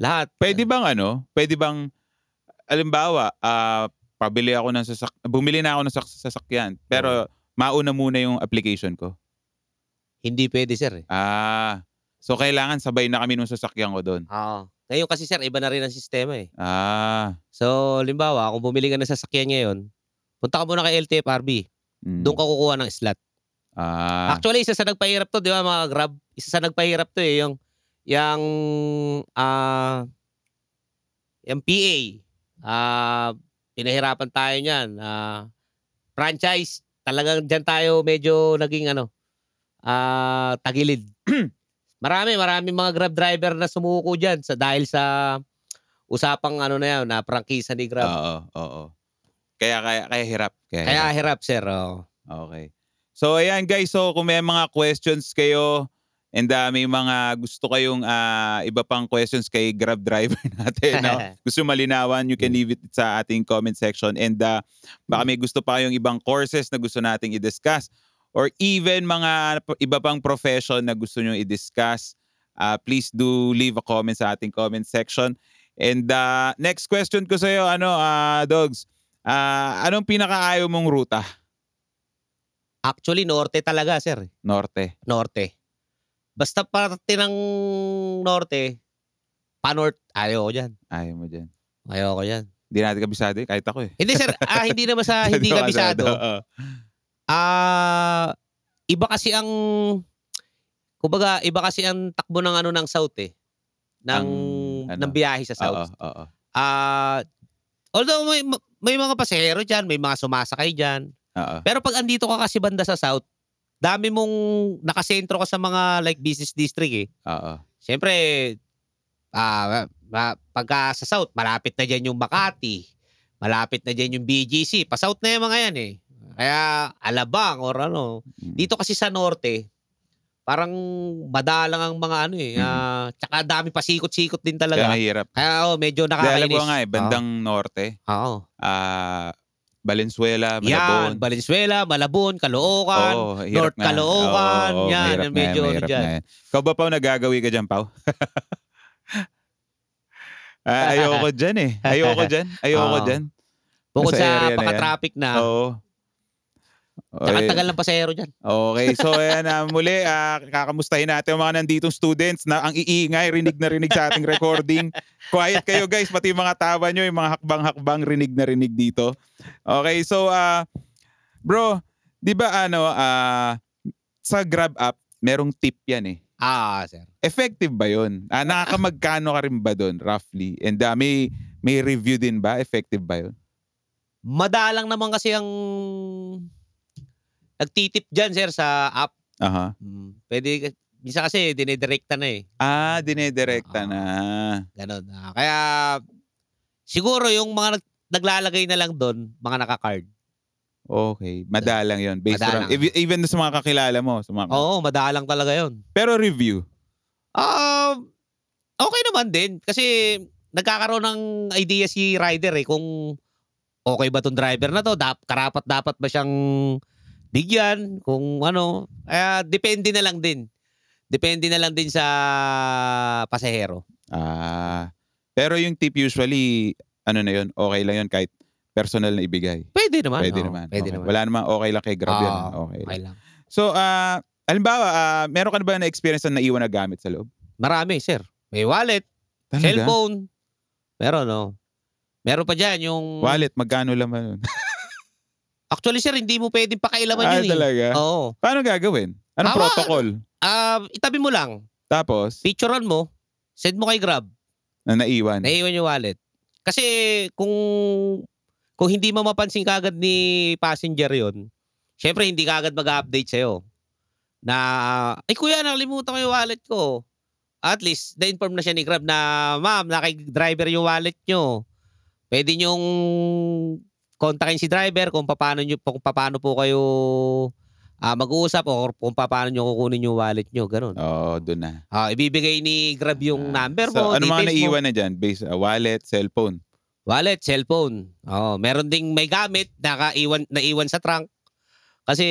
Lahat. Pwede bang ano? Pwede bang alimbawa, ah pabili ako ng sasak bumili na ako ng sak- sasakyan, pero mauna muna yung application ko. Hindi pwede sir eh. Ah. So kailangan sabay na kami nung sasakyan ko doon. Oo. Ngayon kasi sir, iba na rin ang sistema eh. Ah. So, limbawa, kung bumili ka ng sasakyan ngayon, punta ka muna kay LTFRB. Mm. Doon ka kukuha ng slot. Ah. Actually, isa sa nagpahirap to, di ba mga Grab? Isa sa nagpahirap to eh, yung, yung, ah, yung PA. Ah, pinahirapan tayo niyan. Ah, franchise, talagang dyan tayo medyo naging ano, ah, tagilid. marami, marami mga Grab driver na sumuko dyan sa, dahil sa usapang ano na yan, na prangkisa ni Grab. Oo, oo. Kaya kaya kaya hirap. Kaya, Kaya hirap. hirap, sir. oh. oo. Okay. So ayan guys, so kung may mga questions kayo and ah, may mga gusto kayong ah, iba pang questions kay Grab driver natin, no? gusto malinawan, you can leave it sa ating comment section. And uh, baka may gusto pa kayong ibang courses na gusto nating i-discuss or even mga iba pang profession na gusto nyo i-discuss, uh, please do leave a comment sa ating comment section. And uh, next question ko sa'yo, ano, uh, Dogs, uh, anong pinakaayaw mong ruta? Actually, norte talaga, sir. Norte. norte. Basta parte ng norte, pa-north, ayaw ko dyan. Ayaw mo dyan. Ayaw ko dyan. Hindi natin kabisado eh, kahit ako eh. Hindi sir, ah, hindi naman sa hindi kabisado. Oo. Ah, iba kasi ang, kumbaga, iba kasi ang takbo ng ano ng south eh. Ng, Ang, ano? ng biyahe sa Oo, south. oo. Ah, although may, may mga pasahero dyan, may mga sumasakay dyan. Oo. Pero pag andito ka kasi banda sa south, dami mong nakasentro ka sa mga like business district eh. Oo. Siyempre, ah ma- pagka sa South, malapit na dyan yung Makati. Malapit na dyan yung BGC. Pa-South na yung mga yan eh. Kaya Alabang or ano. Mm. Dito kasi sa Norte, parang madalang ang mga ano eh. Mhm. ah, tsaka dami pa sikot-sikot din Kaya talaga. mahirap. Kaya oh, medyo Dahil alam nakakainis. ko nga eh, bandang norte, Oo. ah Valenzuela, Yan, Malabon. Valenzuela, Malabon, Caloocan. Oo, hirap North nga. Caloocan, Oo, oo, yan, mahirap yan, na medyo ano mahirap dyan. na yan. Ikaw ba, Pao, nagagawi ka dyan, Pao? Ah, ayoko dyan eh. Ayoko dyan. Ayoko Oo. dyan. Bukod Nasa area sa na yan. pagka-traffic na, Oo. eh. tsaka Okay. tagal ng pasahero dyan. Okay, so ayan na muli, ah, kakamustahin natin ang mga nanditong students na ang iingay, rinig na rinig sa ating recording. Quiet kayo guys, pati yung mga tawa nyo, yung mga hakbang-hakbang, rinig na rinig dito. Okay, so ah, bro, di ba ano, ah, sa Grab app, merong tip yan eh. Ah, sir. Effective ba yun? Ah, nakakamagkano ka rin ba doon, roughly? And ah, may, may review din ba? Effective ba yun? Madalang naman kasi ang nagtitip dyan, sir, sa app. Aha. Mm, Pwede, ka- minsan kasi dinidirekta na eh. Ah, dinedirekta Oo. na. Ganon. Ah, kaya, siguro yung mga nag- naglalagay na lang doon, mga naka-card. Okay. Madalang yon Based Madalang. Oh. around- ev- even sa mga kakilala mo. Sa mga, Oo, madalang talaga yon. Pero review. Um, okay naman din. Kasi, nagkakaroon ng idea si rider eh, kung okay ba tong driver na to, dap, karapat dapat ba siyang bigyan, kung ano. Kaya, depende na lang din. Depende na lang din sa pasahero. Ah. Pero yung tip usually, ano na yun, okay lang yun kahit personal na ibigay. Pwede naman. Pwede oo, naman. Ano? Pwede Okay. naman. Wala namang okay lang kay Grab yan. Oo, Okay. Okay lang. So, ah, halimbawa, ah, meron ka na ba na experience na naiwan na gamit sa loob? Marami, sir. May wallet, Cellphone. Meron, no? Meron pa dyan yung... Wallet, magkano laman nun? Actually, sir, hindi mo pwedeng pakailaman ah, yun eh. talaga? Oo. Paano gagawin? Anong Hawakan. protocol? Ah, itabi mo lang. Tapos, Picturean mo. Send mo kay Grab. na naiwan. Naiwan yung wallet. Kasi kung kung hindi mo mapansin kagad ni passenger yon, syempre hindi kagad mag-update sa'yo. Na, ay kuya, nakalimutan ko yung wallet ko. At least, na-inform na siya ni Grab na, ma'am, naki-driver yung wallet nyo. Pwede nyong kontakin si driver kung paano, nyo, kung paano po kayo ah, mag-uusap o kung paano nyo kukunin yung wallet nyo. Ganun. Oo, oh, doon na. Ah, ibibigay ni Grab yung Ah, number so, mo. ano mga details mo. naiwan na dyan? Based, ah, wallet, cellphone. Wallet, cellphone. Oh, meron ding may gamit na kaiwan, naiwan sa trunk. Kasi,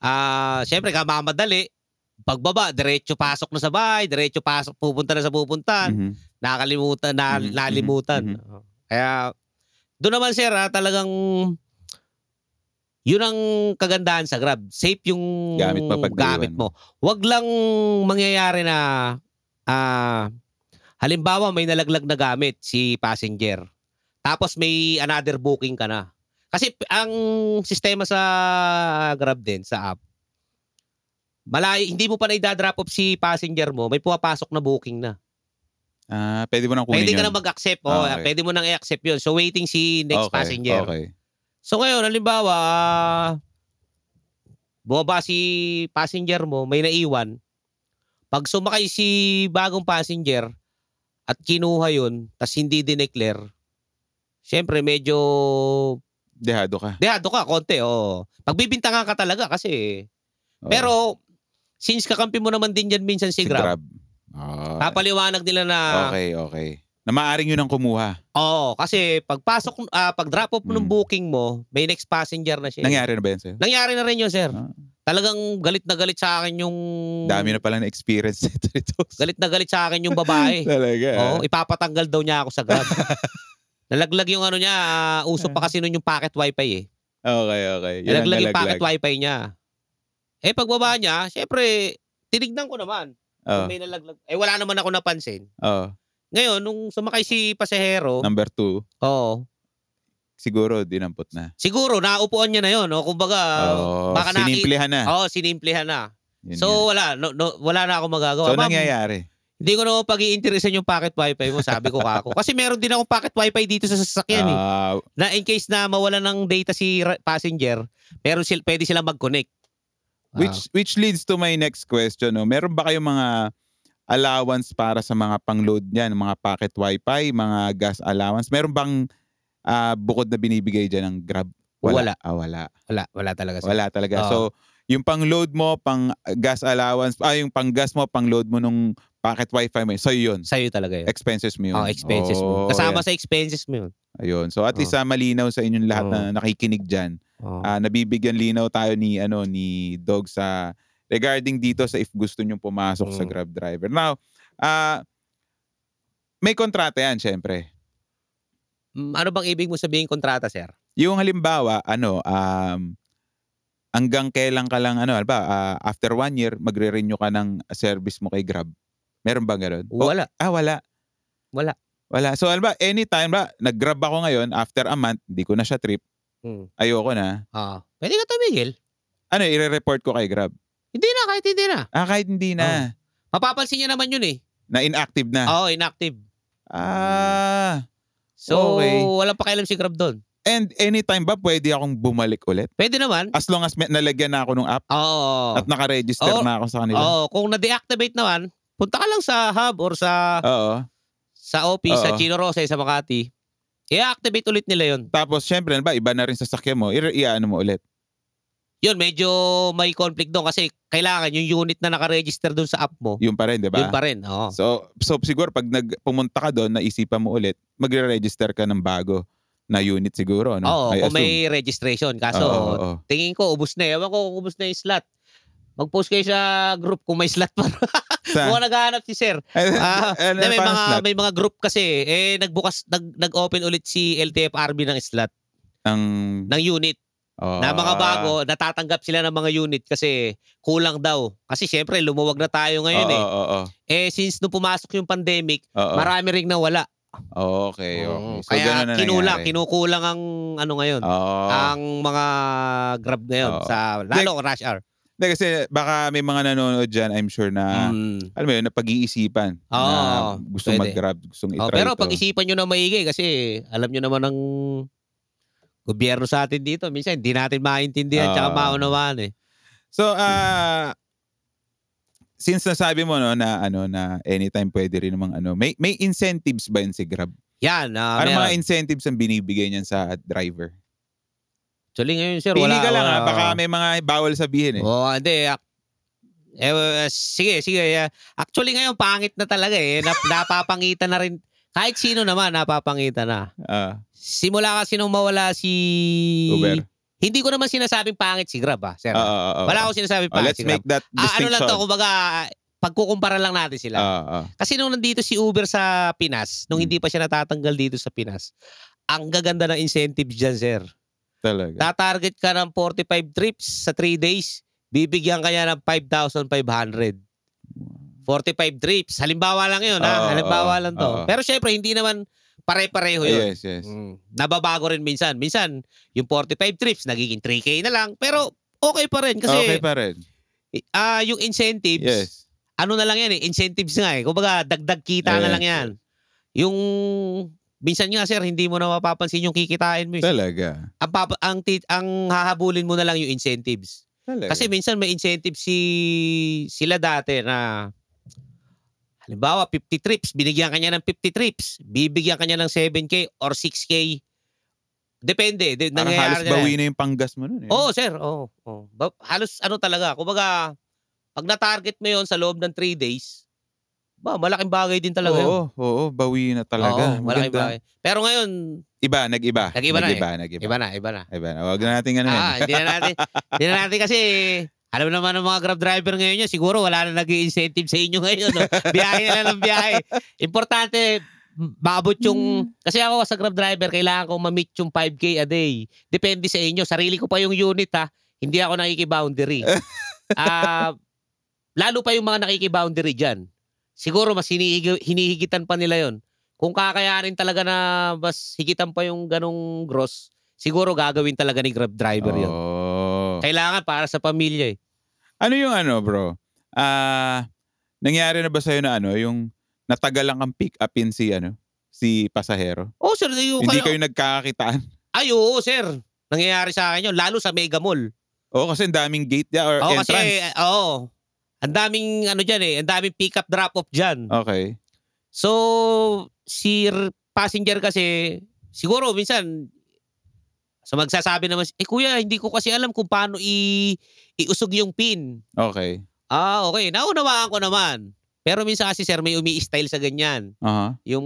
ah, syempre, kamamadali. Pagbaba, diretso pasok na sa bahay, diretso pasok, pupunta na sa pupuntahan. Mhm. Nakalimutan, Mhm, na, mhm, nalimutan. Oh. Kaya, doon naman sir, ah, talagang, yun ang kagandahan sa Grab. Safe yung Gamit pa pag gamit naiwan. mo. Huwag lang mangyayari na, ah, halimbawa may nalaglag na gamit si passenger. Tapos may another booking ka na. Kasi p- ang sistema sa Grab din, sa app, malay, hindi mo pa na i-drop off si passenger mo, may pumapasok na booking na. Ah, pwede mo nang kunin Pwede yun. ka na mag-accept. Oh, Ah, okay. Pwede mo nang i-accept yun. So, waiting si next Okay, passenger. Okay. So, ngayon, halimbawa, ah, bumaba si passenger mo, may naiwan. Pag sumakay si bagong passenger at kinuha yun, tas hindi dineclare, syempre medyo Dehado ka. dehado ka, konti. Oh. Pagbibintangan ka talaga kasi. eh. Oo. Pero, since kakampi mo naman din yan minsan si, Grab, ah, Ah, papaliwanag nila na okay, okay. Na maaring yun ang kumuha. Oo, kasi pagpasok, ah, pag drop off mo Mm. ng booking mo, may next passenger na siya. eh. Nangyari na ba yan sa'yo? Nangyari na rin yun, sir. Ah. Talagang galit na galit sa akin yung... Dami na pala na experience nito. nito. Galit na galit sa akin yung babae. Talaga. Oo, ipapatanggal daw niya ako sa grab. Nalaglag yung ano niya, ah, uso pa kasi nun yung pocket wifi eh. Okay, okay. Yun ang Nalaglag yung nalaglag. Oh, pocket wifi niya. Eh pagbaba niya, syempre, tinignan ko naman. Oh, Kung may nalaglag. Eh wala naman ako napansin. oh. Ngayon, nung sumakay si pasahero, Number two, oo, siguro dinampot na. Siguro, naupuan niya na yun. O, kumbaga, Oh, Ah, baka naki- sinimplihan na. oh, sinimplihan na. Ah. Yun so, wala. No, no, wala na ako magagawa. yan. so Ma'am, nangyayari. Hindi ko na pag iinteresan yung pocket wifi mo, sabi ko kako. Kasi meron din akong pocket wifi dito sa sasakyan eh. Ah, Na in case na mawala ng data si ra- passenger, meron sil- pwede silang mag-connect. Ah, which which leads to my next question. No? Meron ba kayong mga allowance para sa mga pang-load niyan, mga packet wifi, mga gas allowance? Meron bang ah, bukod na binibigay dyan ng Grab? Wala. ah. Ah, wala. wala, wala talaga. sir. Wala talaga. Oo. So, yung pang-load mo, pang-gas allowance, ah, yung pang-gas mo, pang-load mo nung packet wifi mo, so yun. Sa'yo talaga yun. Expenses mo yun. Oh, expenses Oo, mo. Kasama Oh. yan. sa expenses mo yun. Ayun. So, at least ah, malinaw sa inyong lahat Oo. na nakikinig dyan. Oh. Ah, nabibigyan linaw tayo ni, ano, ni Dog sa, regarding dito sa if gusto nyong pumasok sa Mm. Grab driver. Now, ah, may kontrata yan, syempre. Mm, Ano bang ibig mo sabihin kontrata, sir? Yung halimbawa, ano, um, hanggang kailan ka lang, ano, alba, ah, after one year, magre-renew ka ng service mo kay Grab. Meron ba ganun? O, Wala. ah, wala. Wala. Wala. So, alba, anytime, ba, nag-grab ako ngayon, after a month, hindi ko na siya trip, Mm. ayoko na. Ah, pwede ka tumigil. Ano, i-report ko kay Grab. Hindi na, kahit hindi na. Ah, kahit hindi na. Mapapansin niya naman yun eh. Na inactive na. Oo, inactive. Ah. Mm. So, Okay. walang pakialam si Grab doon. And anytime ba pwede akong bumalik ulit? Pwede naman. As long as may, nalagyan na ako ng app Oo. at nakaregister Oo. na ako sa kanila. Oo, kung na-deactivate naman, punta ka lang sa hub or sa Oo. sa office, sa Oo. Gino Rosa, eh, sa Makati. I-activate ulit nila yun. Tapos syempre, ba, iba na rin sasakyan mo. I- i-ano mo ulit. Yun, medyo may conflict doon kasi kailangan yung unit na nakaregister doon sa app mo, Yun pa rin, di ba? yun pa rin. Oo. So, so siguro pag nag, pumunta ka doon, naisipan mo ulit, magre-register ka ng bago na unit siguro. No? Oo, ano? I assume. kung may registration. Kaso, Oo, oo, oo. tingin ko, ubus na. eh. Ewan ko kung ubus na yung slot. Mag-post kayo sa group kung may slot pa. Sa- Mukhang naghahanap si Sir. Ah, Ano, Hindi, may parang mga slot? may mga group kasi eh nagbukas nag nag-open ulit si LTFRB ng slot Ang, ng unit Oo. na mga bago natatanggap sila ng mga unit kasi kulang daw. Kasi syempre lumuwag na tayo Oo, ngayon eh. oo, oo. Eh since nung pumasok yung pandemic, Oo. marami ring nawala. Okay, okay. Oo. So, Kaya ganun na kinulang, nangyari. kinukulang ang ano ngayon. Oo. Ang mga grab ngayon Oo. sa lalo rush hour. Hindi, kasi baka may mga nanonood dyan, I'm sure na, Mm. alam mo yun, na pag-iisipan. na Oo, gusto pwede. mag-grab, gustong Oh, itry pero ito. pag-isipan nyo na maigi kasi alam nyo naman ang gobyerno sa atin dito. Minsan hindi natin Ah. maintindihan tsaka maunawaan eh. So, ah, since nasabi mo no na ano na anytime pwede rin namang ano, may may incentives ba yun si Grab? Yan, ah, ano mga meron. incentives ang binibigay niyan sa driver? Actually ngayon sir, Pili wala. ka lang wala. ah, baka may mga bawal sabihin eh. Oh, hindi. Ak- eh, eh, sige, sige. eh. Actually ngayon, pangit na talaga eh. Nap- napapangitan na rin. Kahit sino naman, napapangitan na. Ah, Simula kasi nung mawala si... Uber. Hindi ko naman sinasabing pangit si Grab ah, sir. Ah, ah, ah, ah. Wala akong sinasabing Oh, pangit let's si make Grab. that Ah, ano distinction. lang to, kumbaga, pagkukumpara lang natin sila. Ah, ah. Kasi nung nandito si Uber sa Pinas, nung Hmm. hindi pa siya natatanggal dito sa Pinas, ang gaganda ng incentives dyan, sir. Talaga. Tatarget ka ng 45 trips sa 3 days, bibigyan ka niya ng 5,500. 45 trips. Halimbawa lang yun, Oo, ha? Halimbawa oo, lang to. oo. Pero syempre, hindi naman Ah, pare-pareho yun. yes, yes. Mm. Nababago rin minsan. Minsan, yung 45 trips, nagiging 3K na lang. Pero okay pa rin okay kasi pa rin. ah yung incentives, Yes. ano na lang yan eh, incentives nga eh. Kumbaga, dagdag kita na Ayan. lang yan. Yung, minsan nga sir, hindi mo na mapapansin yung kikitain mo. eh. Talaga. Ang, papa- ang, tit- ang hahabulin mo na lang yung incentives. Talaga. Kasi minsan may incentive si, sila dati na, halimbawa, 50 trips, binigyan kanya ng 50 trips, bibigyan kanya ng 7K or 6K. Depende. De, Parang nangyayari halos na yan. bawi na yung panggas mo nun eh. Oo, sir. Oo. oo. Ba- Halos ano talaga. Kumbaga, pag na-target mo yon sa loob ng 3 days, ba, malaking bagay din talaga oo, yun. oo, bawi na talaga. Oo, malaking Maganda. bagay. Pero ngayon, Iba, nag-iba. Nag-iba na eh. nag-iba, nag-iba. iba na, iba na. Iba na. Huwag na natin ano yan. Ah, hindi na natin, hindi na natin kasi, alam naman ng mga grab driver ngayon yun, siguro wala na nag incentive sa inyo ngayon. No? biyahe na lang ng biyahe. Importante, m- maabot yung, kasi ako sa grab driver, kailangan ko ma-meet yung 5K a day. Depende sa inyo. Sarili ko pa yung unit ha. Hindi ako nakikiboundary. Ah, lalo pa yung mga nakikiboundary dyan. Siguro mas hinihig- hinihigitan pa nila yon. Kung kakayanin talaga na mas higitan pa yung ganong gross, siguro gagawin talaga ni grab driver yun. Oo. Kailangan para sa pamilya eh. Ano yung ano, bro? Ah, nangyari na ba sa'yo na ano, yung natagal lang kang pick upin si ano, si pasahero? Oh, sir, yung Hindi kayo- kayo nagkakakitaan? Ay, oo, sir. Nangyayari sa akin yun, lalo sa Mega Mall. Oo, kasi ang daming gate niya or Oo, kasi, entrance. eh, oo. Ang daming, ano dyan eh, ang daming pick-up, drop-off dyan. Okay. So, si r- passenger kasi, siguro minsan, so magsasabi naman, eh kuya, hindi ko kasi alam kung paano i- iusog yung pin. Okay. Ah, okay. Naunawaan ko naman. Pero minsan kasi sir, may umi-style sa ganyan. Aha. Yung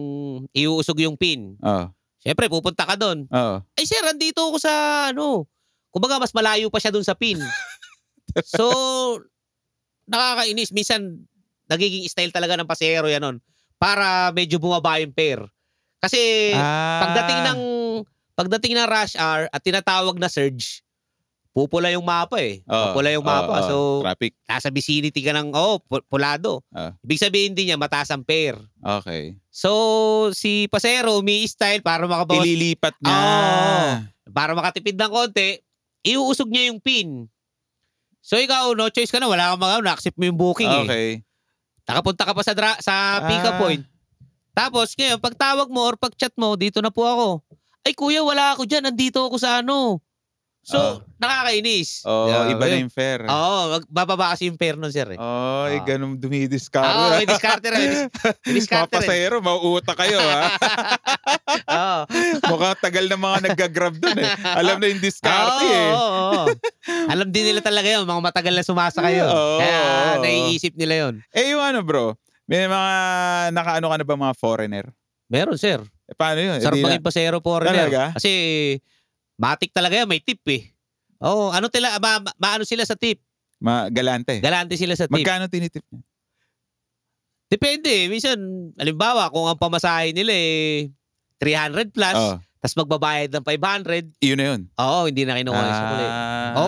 iuusog yung pin. Oo. Siyempre, pupunta ka doon. Oo. Ay Eh, sir, andito ako sa ano. Kumbaga, mas malayo pa siya doon sa pin. so, nakakainis. Minsan, nagiging style talaga ng pasero yan nun. para medyo bumaba yung pair. Kasi Ah. Eh, pagdating ng pagdating ng rush hour at tinatawag na surge, pupula yung mapa eh. Oo, pupula yung mapa. oo, oo. so, Oh. traffic. nasa vicinity ka ng, oh, pu- pulado. Ah. Ibig sabihin din niya, mataas ang pair. Okay. So, si Pasero, umi-style para makabawas, Ililipat niya. Ah, Oo. para makatipid ng konti, iuusog niya yung pin. So, ikaw, no choice ka na. Wala kang magawin. Na-accept mo yung booking eh. Okay. Nakapunta ka pa sa, dra- sa pick Ah. up point. Tapos, ngayon, pag tawag mo or pag chat mo, dito na po ako. Ay, kuya, wala ako dyan. Nandito ako sa ano. So, Ah. nakakainis. Oo, Yeah, iba na yun. yung fair. Oo, mag- bababa kasi yung pair nun, sir. Eh. Oh, ay, Ah. ganun dumidiscover. Oo, may discarte rin. May discarte rin. Papasayero, mauuta kayo ha. Oo. Mukhang tagal na mga nagga-grab doon eh. Alam na yung discarte Oo, eh. oo, oo. Alam din nila talaga yun. Mga matagal na sumasa kayo. Oo. Kaya naiisip nila yun. Eh yung ano bro, may mga nakaano ka na ba mga foreigner? Meron, sir. Eh, paano yun? Eh, Sarap di na- maging pasero foreigner. Talaga? Kasi matik talaga yan. May tip eh. Oo, ano tila, ma, ma- maano sila sa tip? Ma, galante. Galante sila sa tip. Magkano tinitip niya? Depende. eh. Minsan, alimbawa, kung ang pamasahe nila eh, 300 plus, Oh, tapos magbabayad ng 500, yun na yun. Ah. oo, hindi na kinuha yung sukli.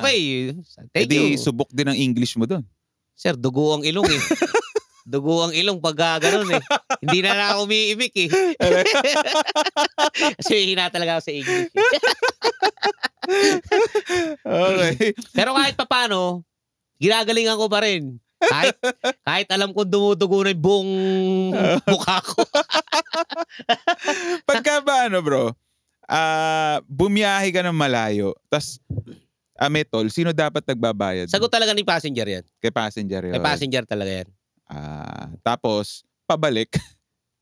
Okay, Eh, thank di you. subok din ang English mo doon. Sir, dugo ang ilong eh. dugo ang ilong pag ganun eh. Hindi na na ako umiimik eh. Kasi hina talaga ako sa English. eh. Okay. Pero kahit papano, ginagalingan ko pa rin. Kahit, kahit alam kong dumudugo na yung buong mukha ko. Pagka ba ano bro, ah bumiyahe ka ng malayo, tas ah, may toll, sino dapat nagbabayad? Sagot talaga ni passenger yan. Kay passenger yun. May passenger talaga yan. Ah, tapos, pabalik,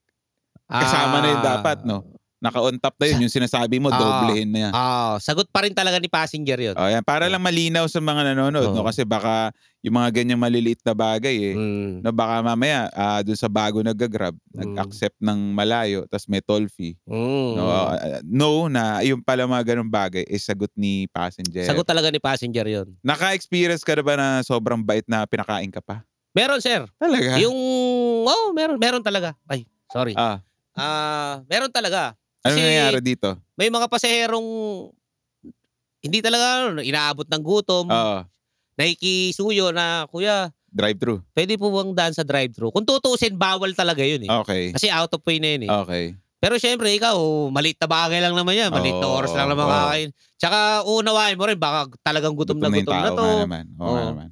Kasama na yun dapat, no? naka-on top na yun. Yung sinasabi mo, Ah. doblehin na yan. Ah, sagot pa rin talaga ni passenger yun. O, yan. Para lang malinaw sa mga nanonood, no? Oo. Kasi baka yung mga ganyang maliliit na bagay, eh. Mm. No, baka mamaya, ah, dun sa bago nag-grab, Hmm. nag-accept ng malayo, tas may toll fee. Mm. No, ah, no na yung pala mga ganong bagay is sagot ni passenger. Sagot talaga ni passenger yun. Naka-experience ka na ba na sobrang bait na pinakain ka pa? Meron, sir. Talaga? Yung, oh, meron, meron talaga. Ay, sorry. Ah, Ah. Ah, meron talaga. ano Kasi- nangyari dito? May mga pasaherong hindi talaga ano, inaabot ng gutom, Oo, nakikisuyo na, kuya, drive-thru. pwede po bang daan sa drive-thru? Kung tutusin, bawal talaga yun eh. Okay. Oh. Kasi out of way na yun eh. Okay. Pero syempre, ikaw, maliit na bagay lang naman yan. Maliit na Oo, oras lang naman oo. kakain. Tsaka, uunawain mo rin, baka talagang gutom, na yung gutom na tao to. nga naman. Oo nga Oo. naman.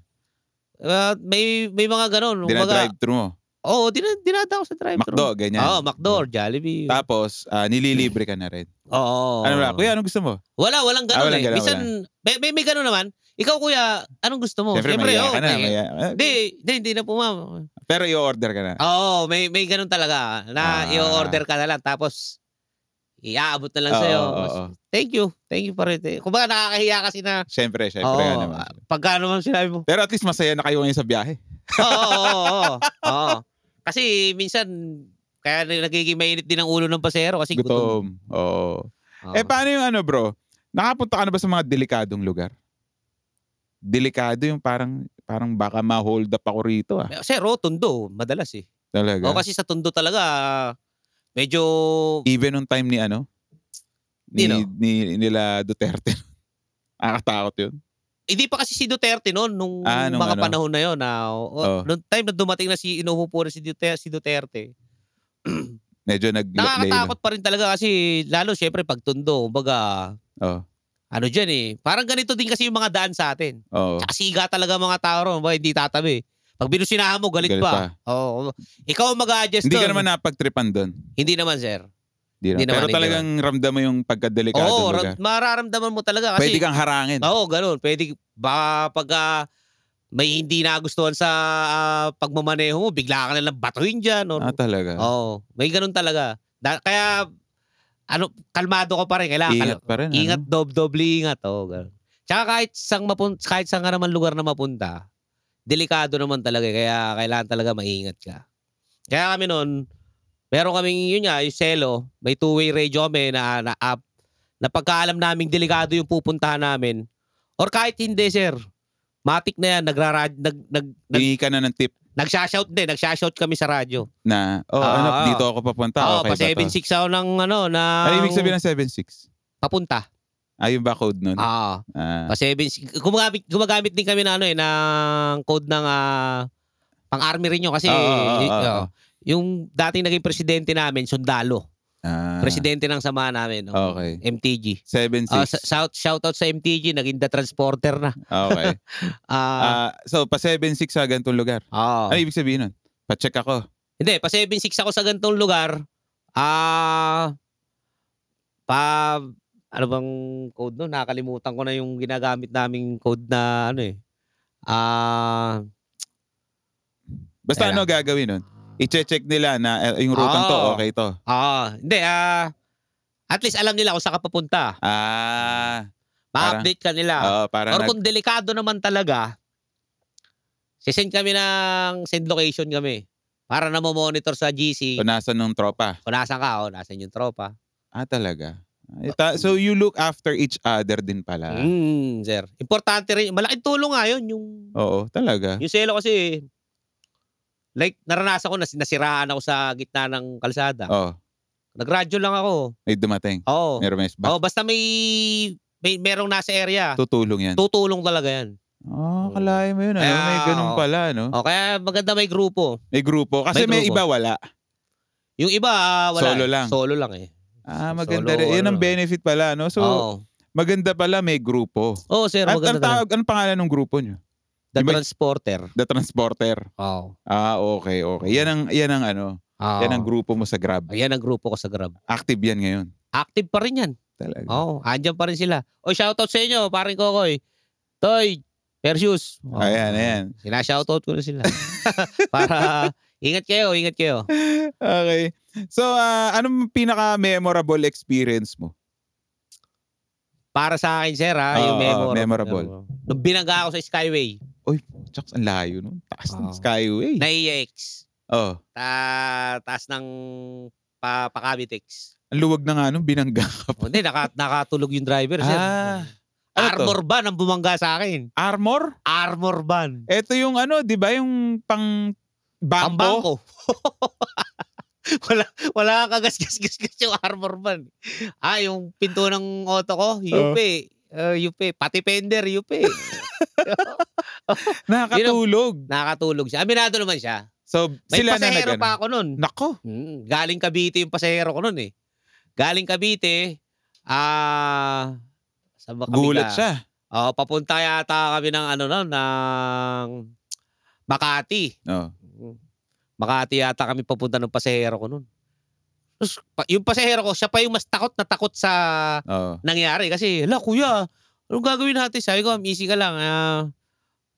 Ah, may may mga ganun. Kumbaga, Dinadrive-thru mo. Oo, oh, dinad, dinada ako sa drive-thru. McDo, ganyan. Mm. Oo, McDo or Jollibee. Tapos, ah, nililibre ka na rin. Oo. Oh, Ano ba? Kuya, anong gusto mo? Wala, walang ganun Ah, walang eh. ganun, Minsan, may, may, may ganun naman. Ikaw kuya, anong gusto mo? Siyempre, may oo, ka na. may- maya- ah, Hindi, hindi, hindi na po ma'am. Pero i-order ka na. Oo, may, may ganun talaga. Ah. Na i-order ka na lang tapos iaabot na lang Oo, sa'yo. oo, oo. Thank you. Thank you pa rin. Kung baka nakakahiya kasi na, Siyempre, ano, eh. oo, siyempre. nga naman. pagka naman sinabi mo, Pero at least masaya na kayo ngayon sa biyahe. Oo, oo, oo, oo. Oo. Kasi minsan, kaya na- nagiging mainit din ang ulo ng pasero kasi gutom. Gutom. Oo. Oo. Eh, paano yung ano, bro? Nakapunta ka na ba sa mga delikadong lugar? Delikado yung parang parang baka ma-hold up ako rito ah. Kasi rotundo, madalas eh. Talaga. O kasi sa tundo talaga, medyo, Even nung time ni ano? Ni, Nino? ni- nila Duterte. Nakakatakot yun. hindi pa kasi si Duterte noon, nung Ah, nung mga ano? Oh. panahon na yun. Na, o, Oo. Noong time na dumating na si, inuho po na si Duterte, si Duterte Medyo nag ah. nakakatakot pa rin talaga kasi, lalo syempre pag tundo, kumbaga, Oo. ano dyan eh, parang ganito din kasi yung mga daan sa atin. Oo. Tsaka siga talaga mga tao ron, ba, hindi tatabi. Pag binusinahan mo, galit, Galit pa. pa. Oo. Ikaw ang mag-a-adjust Hindi ka doon. naman napagtripan doon. Hindi naman, sir. Hindi Hindi naman. Pero naman, hindi talagang ramdam mo yung pagkadelikado Oo, ra- lugar. mararamdaman mo talaga. Pwede Kasi, kang harangin. Oo, ganun. Pwede, baka pag ah, may hindi nagustuhan sa ah, pagmamaneho mo, bigla ka nalang batuhin dyan. Or, Ah, talaga. Oo, may ganun talaga. Da- kaya, ano, kalmado ka pa rin. Kailangan, Ingat kal- pa rin. ingat ano? dob doble ingat. Oo, ganun. Tsaka kahit sang mapun kahit saan ka naman lugar na mapunta, delikado naman talaga. eh. Kaya kailangan talaga maingat ka. Kaya kami noon, meron kaming yun nga, yung selo, may two-way radio kami na, na app na pagkaalam naming delikado yung pupuntahan namin. Or kahit hindi, sir. Matik na yan, nagra nag, nag, nag, ano? Hingi ka na ng tip. Nagsha-shout din, nagsha-shout kami sa radyo. Na, oh, Ah, ano, ah. dito ako papunta. Oo, okay ba pa to? 7-6 ako ng ano, na Ano ibig sabihin ng 7-6? papunta. Ah, yung ba code nun? Oo, Ah, pa 7-6. Gumagamit, gumagamit din kami na ano eh, ng code ng ah, pang-army rin yun kasi Oo, oo, oo, y- oo. oo. yung dating naging presidente namin, sundalo. ah, Presidente ng samahan namin, no? Okay. MTG. 7-6. Ah, sa- shout, shout out sa MTG, naging the transporter na. okay. Ah, Oh. Ah, so, pa 7-6 sa ganitong lugar. oo. Ano ibig sabihin nun? Pacheck ako. Hindi, pa 7-6 ako sa ganitong lugar. Ah, pa, ano bang code no? Nakalimutan ko na yung ginagamit naming code na ano eh. Ah, Basta Ayan. ano gagawin nun? I-check nila na eh, yung rutang to, Oo. okay to. ah, hindi ah, at least alam nila kung saan ka papunta. Ah, Ma-update ka nila. oo, para Ah. Or nag... kung delikado naman talaga, sisend kami ng send location kami para na monitor sa GC Kung nasan ng tropa. kung nasan ka, oh, nasan yung tropa. Ah, talaga. Ah, ta- So, you look after each other din pala. Mm, sir. Importante rin. Malaking tulong nga yun, yung Oo, talaga. Yung selo kasi, like, naranasan ko, nas- nasiraan ako sa gitna ng kalsada. Oo, Nagradyo lang Oh, ako. may dumating. Oo. Meron may Oo, basta may, may merong nasa area. Tutulong yan. Tutulong talaga yan. Oh, kalahin mo yun. Ano? May Kaya, oh. ganun oo. pala, no? O, kaya maganda may grupo. May grupo. Kasi may, May grupo. iba wala. Yung iba, ah, wala. Solo eh. lang. Solo lang eh. Ah, So, maganda solo, rin. Yan ang ano. benefit pala, no? So, Oo. maganda pala may grupo. Oo, sir, At ang maganda talaga. tawag, anong pangalan ng grupo nyo? The iba- transporter. The Transporter. Oo. Ah, okay, okay. Yan ang, yan ang ano, Oo. yan ang grupo mo sa Grab. Ayan ang grupo ko sa Grab. Active yan ngayon. Active pa rin yan. Talaga. Oo, andyan pa rin sila. O, shoutout sa inyo, paring Kokoy. Toy, Perseus. Oo. Ayan, eh. ayan. Sinashoutout ko na sila. Para ingat kayo, ingat kayo. Okay. So, ah, anong pinaka-memorable experience mo? Para sa akin, sir, ha, yung Oo, memorable. memorable. Nung binangga ako sa Skyway, Chucks, ang layo nun. Taas ng Oo. Skyway. na EX, Oh. ta taas ng pa, Pakabitex. Ang luwag na nga nun, binangga. O, Oh, Hindi, naka, nakatulog yung driver, sir. Ah. Ano to? Armor van ang bumangga sa akin. Armor? Armor van. Ito yung ano, di ba? Yung pang Ang bangko. bangko. wala wala kang kagas-gas-gas yung armor van. Ah, yung pinto ng auto ko, Oh. yupe. Uh, yupe. Pati fender, yupe. Nakatulog. Nakatulog siya. Aminado naman siya. So, May sila na pasahero nag pa ako nun. Nako. Mm, galing Cavite yung pasahero ko nun eh. Galing Cavite, ah... sa ba kami Gulat ka? siya. Oo, papunta yata kami ng ano nun, ng Makati. Oh. Makati yata kami papunta ng pasahero ko nun. Tapos, pa- yung pasahero ko, siya pa yung mas takot na takot sa Oh. nangyari. Kasi, la kuya, anong gagawin natin? Sabi ko, ma'am, easy ka lang. ah,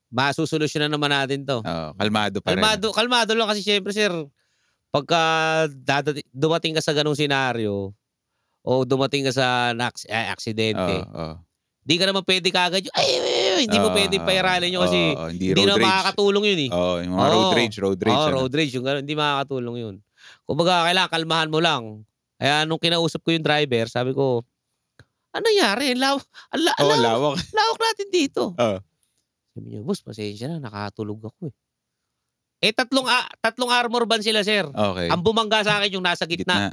masusolusyonan naman natin to. Oh, kalmado pa rin. Kalmado, kalmado lang kasi syempre sir, pagka dadati, dumating ka sa ganung senaryo, o dumating ka sa naks, eh, aksidente, Oh, oh. di ka naman pwede kaagad yung, ay, ay, ay, hindi mo Oh, pwede pairalin yun oh, kasi oh, hindi, hindi road naman rage. makakatulong yun eh. Oh, yung mga road Oo. rage, road Oo, rage. ano. road rage yung gano'n, hindi makakatulong yun. Kumbaga, kailangan kalmahan mo lang. Kaya nung kinausap ko yung driver, sabi ko, ano nangyari? Ang Law, ang la- Oh, lawak- lawak. lawak natin dito. Oh. Sabi niya, boss, pasensya na, nakatulog ako eh. Eh, tatlong, a- tatlong armor ban sila, sir. Okay. Ang bumangga sa akin yung nasa gitna.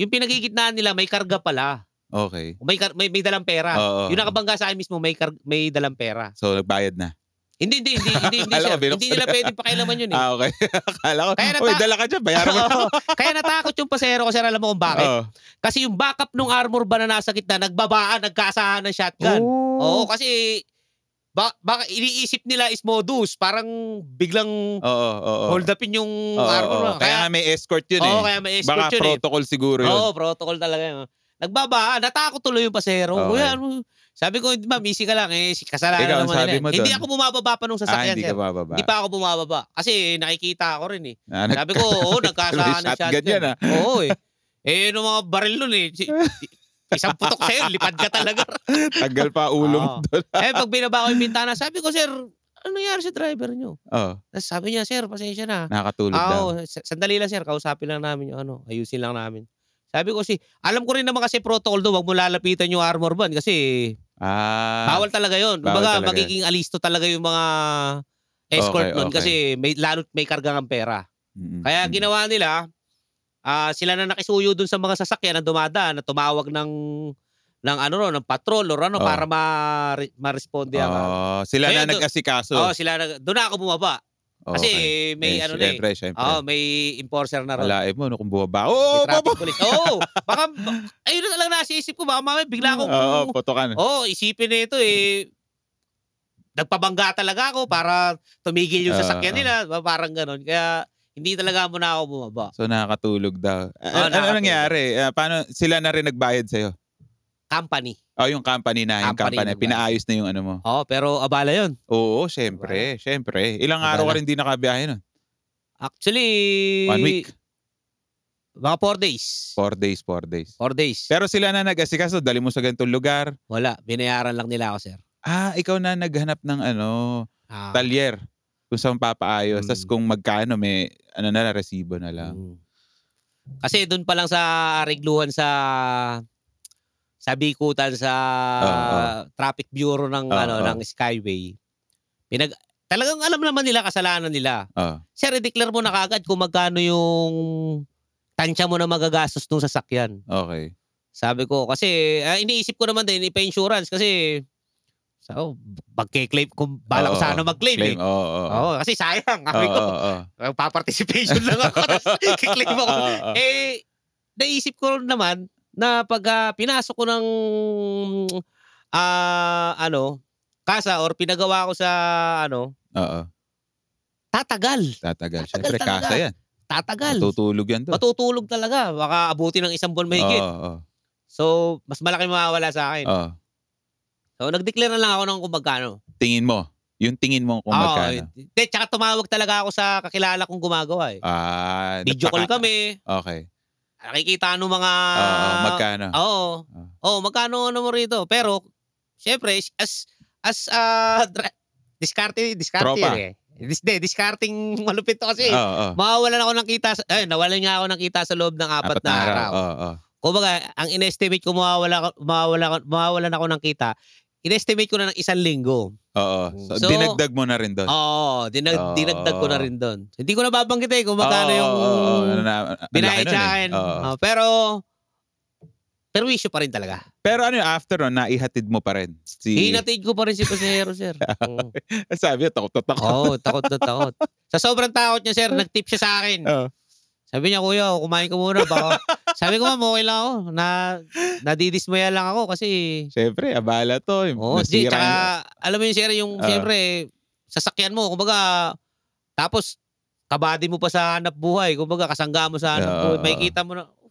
Yung pinagigitnaan nila, may karga pala. Okay. May, kar- may, may dalang Oo. pera. Oh, Yung nakabangga sa akin mismo, may, kar- may dalang pera. So, nagbayad na. Hindi, hindi, hindi, hindi, hindi, Akala sir. ko, binuksan Hindi nila pwede pakialaman yun eh. Ah, okay. Akala ko, Kaya nata- uy, dala ka dyan, bayaran mo. Oo. Kaya natakot yung pasero ko, sir, alam mo kung bakit? Oh. Kasi yung backup nung armor ba na nasa gitna, nagbabaan, nagkaasahan ng shotgun. Oh. Oo, kasi ba- baka iniisip nila is modus. Parang biglang Oo, oo, oo. hold upin yung Oo, armor. oo. na. Oh, Kaya nga may escort yun eh. Oo, kaya may escort Baka yun eh. protocol siguro yun. Oo, protocol talaga yun. Nagbaba, natakot tuloy yung pasero. Okay. Kuya, ano- sabi ko, ma'am, easy ka lang eh. Kasalanan Ikaw, naman sabi nila. mo eh." Hindi doon. ako bumababa pa nung ah, sasakyan, hindi sir. ka bababa. Hindi pa ako bumababa. Kasi nakikita ako rin eh. Ah, nag- Sabi ko, oo, nagkasaan ng shotgun shotgun. yan ah. Oo eh. Eh, yung mga baril nun eh. si- Isang putok sa'yo, lipad ka talaga. Tagal pa ulo mo Oo. doon. eh, pag binaba ko yung bintana, sabi ko, sir, ano nangyari sa driver nyo? Oh, Tapos sabi niya, sir, pasensya na. nakatulog Ah, daw. oo. Sa- sandali lang sir, kausapin lang namin yung ano, ayusin lang namin. Sabi ko si, alam ko rin naman kasi protocol doon, wag mo lalapitan yung armor band kasi Ah. bawal talaga yun. Bawal Bawal talaga yun. magiging alisto talaga yung mga Escort Okay, okay. nun Hmm. kasi may, lalo may kargang ang pera. Mm-mm. Kaya ginawa nila, ah, sila na nakisuyo dun sa mga sasakyan na dumadaan na tumawag ng ng ano ro, ng patrol or Oh. ano para ma ma-responde ang Oh, sila Kaya na do- nag-asikaso. Oo, sila na, doon na ako bumaba. Kasi may ano na eh. Siyempre, siyempre. Oo, may enforcer na ron. Alae mo, no, kung bumaba. Oo, oh, may traffic police. Oo, baka, ayun na lang nasa isip ko, baka mamaya bigla akong, Oo, oo, potokan. isipin na ito eh, nagpabangga talaga ako para tumigil yung Ah, sasakyan ah. nila, parang ganun. Kaya, hindi talaga muna ako bumaba. So, nakakatulog daw. ano, Oo, ano Ah, nakakatulog. nangyari? Ah, paano, sila na rin nagbayad sa'yo? Company. Oh, yung company na, yung Company company. nagbayad. Pinaayos na yung ano mo. Oo, pero abala yon. Oo, syempre, syempre. Ilang Abala. araw ka rin di nakabiyahe nun? Actually, One week. Mga four days. Four days, four days. Four days. Pero sila na nag-asikaso, dali mo sa ganitong lugar. Wala, binayaran lang nila ako, sir. Ah, ikaw na naghanap ng ano, Ah, talyer. Kung saan papaayos. Mm. Tapos kung magkano, may ano na lang, resibo na lang. mm. Kasi doon pa lang sa regluhan sa sa Bikutan sa Oo, traffic bureau Oo, ng oo. ano ng Skyway. Pinag talagang alam naman nila kasalanan nila. Oo. Sir, i-declare mo na kaagad kung magkano yung tansya mo na magagastos nung sasakyan. Okay. Sabi ko, kasi ah, iniisip ko naman din, ipa-insurance kasi sa so, pagke-claim, kung bala Oo, ko sana mag-claim Claim, eh. oo, oo. Oo, kasi sayang. Oo, Sabi ko, oo, oo. pa-participation lang ako. tapos Kiklaim ako. Oo, oo. Eh, naisip ko naman na pag ah, pinasok ko ng ah ano, kasa or pinagawa ko sa ano, Oo, tatagal. tatagal. Tatagal Siyempre, talaga. kasa yan. Tatagal. Matutulog yan doon. Matutulog talaga. Baka abuti ng isang buwan mahigit. Oo, oo. So, mas malaki mawawala sa akin. oo. So, nag-declare na lang ako ng kung magkano. Tingin mo. Yung tingin mo kung Oo, magkano. eh, Hindi, tsaka tumawag talaga ako sa kakilala kong gumagawa eh. Ah, Video call napaka- kami. Okay. Nakikita ano mga... Oo, oo, magkano. Oo. Ah. Oo, magkano ano mo rito. Pero, syempre, as, as, ah, dra- discarte, discarte Tropa. yun eh. Dis, de, discarding malupit to Oo, kasi. oo. Mawawalan ako ng kita, sa, eh, nawalan nga ako ng kita sa loob ng apat, na araw. Oo, oo. Kumbaga, ang inestimate ko mawawala, ko- mawawala, ko- mawawalan ako ng kita, inestimate ko na ng isang linggo. Oo. So, So, dinagdag mo na rin doon. Oo, dinag, Oo. dinagdag ko na rin doon. Hindi ko nababanggitin kung magkano yung Ano eh. binayad sa akin. Oh, pero, perwisyo pa rin talaga. Pero ano yung after nun, naihatid mo pa rin. Si, Hinatid ko pa rin si pasahero, sir. Oo, sabi niya, takot na takot. Oo, takot na takot. Sa sobrang takot niya, sir, nag-tip siya sa akin. Oo. Sabi niya, kuya, kumain ka muna. Baka. Sabi ko, ma'am, okay lang ako. Na, nadidismaya lang ako kasi... Siyempre, abala to. Yung Oo, oh, nasira Ah. di, yung- tsaka, alam mo yun, sir, yung, Oo. siyempre, sasakyan mo, kumbaga, tapos, kabady mo pa sa hanap buhay, kumbaga, kasangga mo sa hanap Oo. buhay, may kita mo na, "Oh,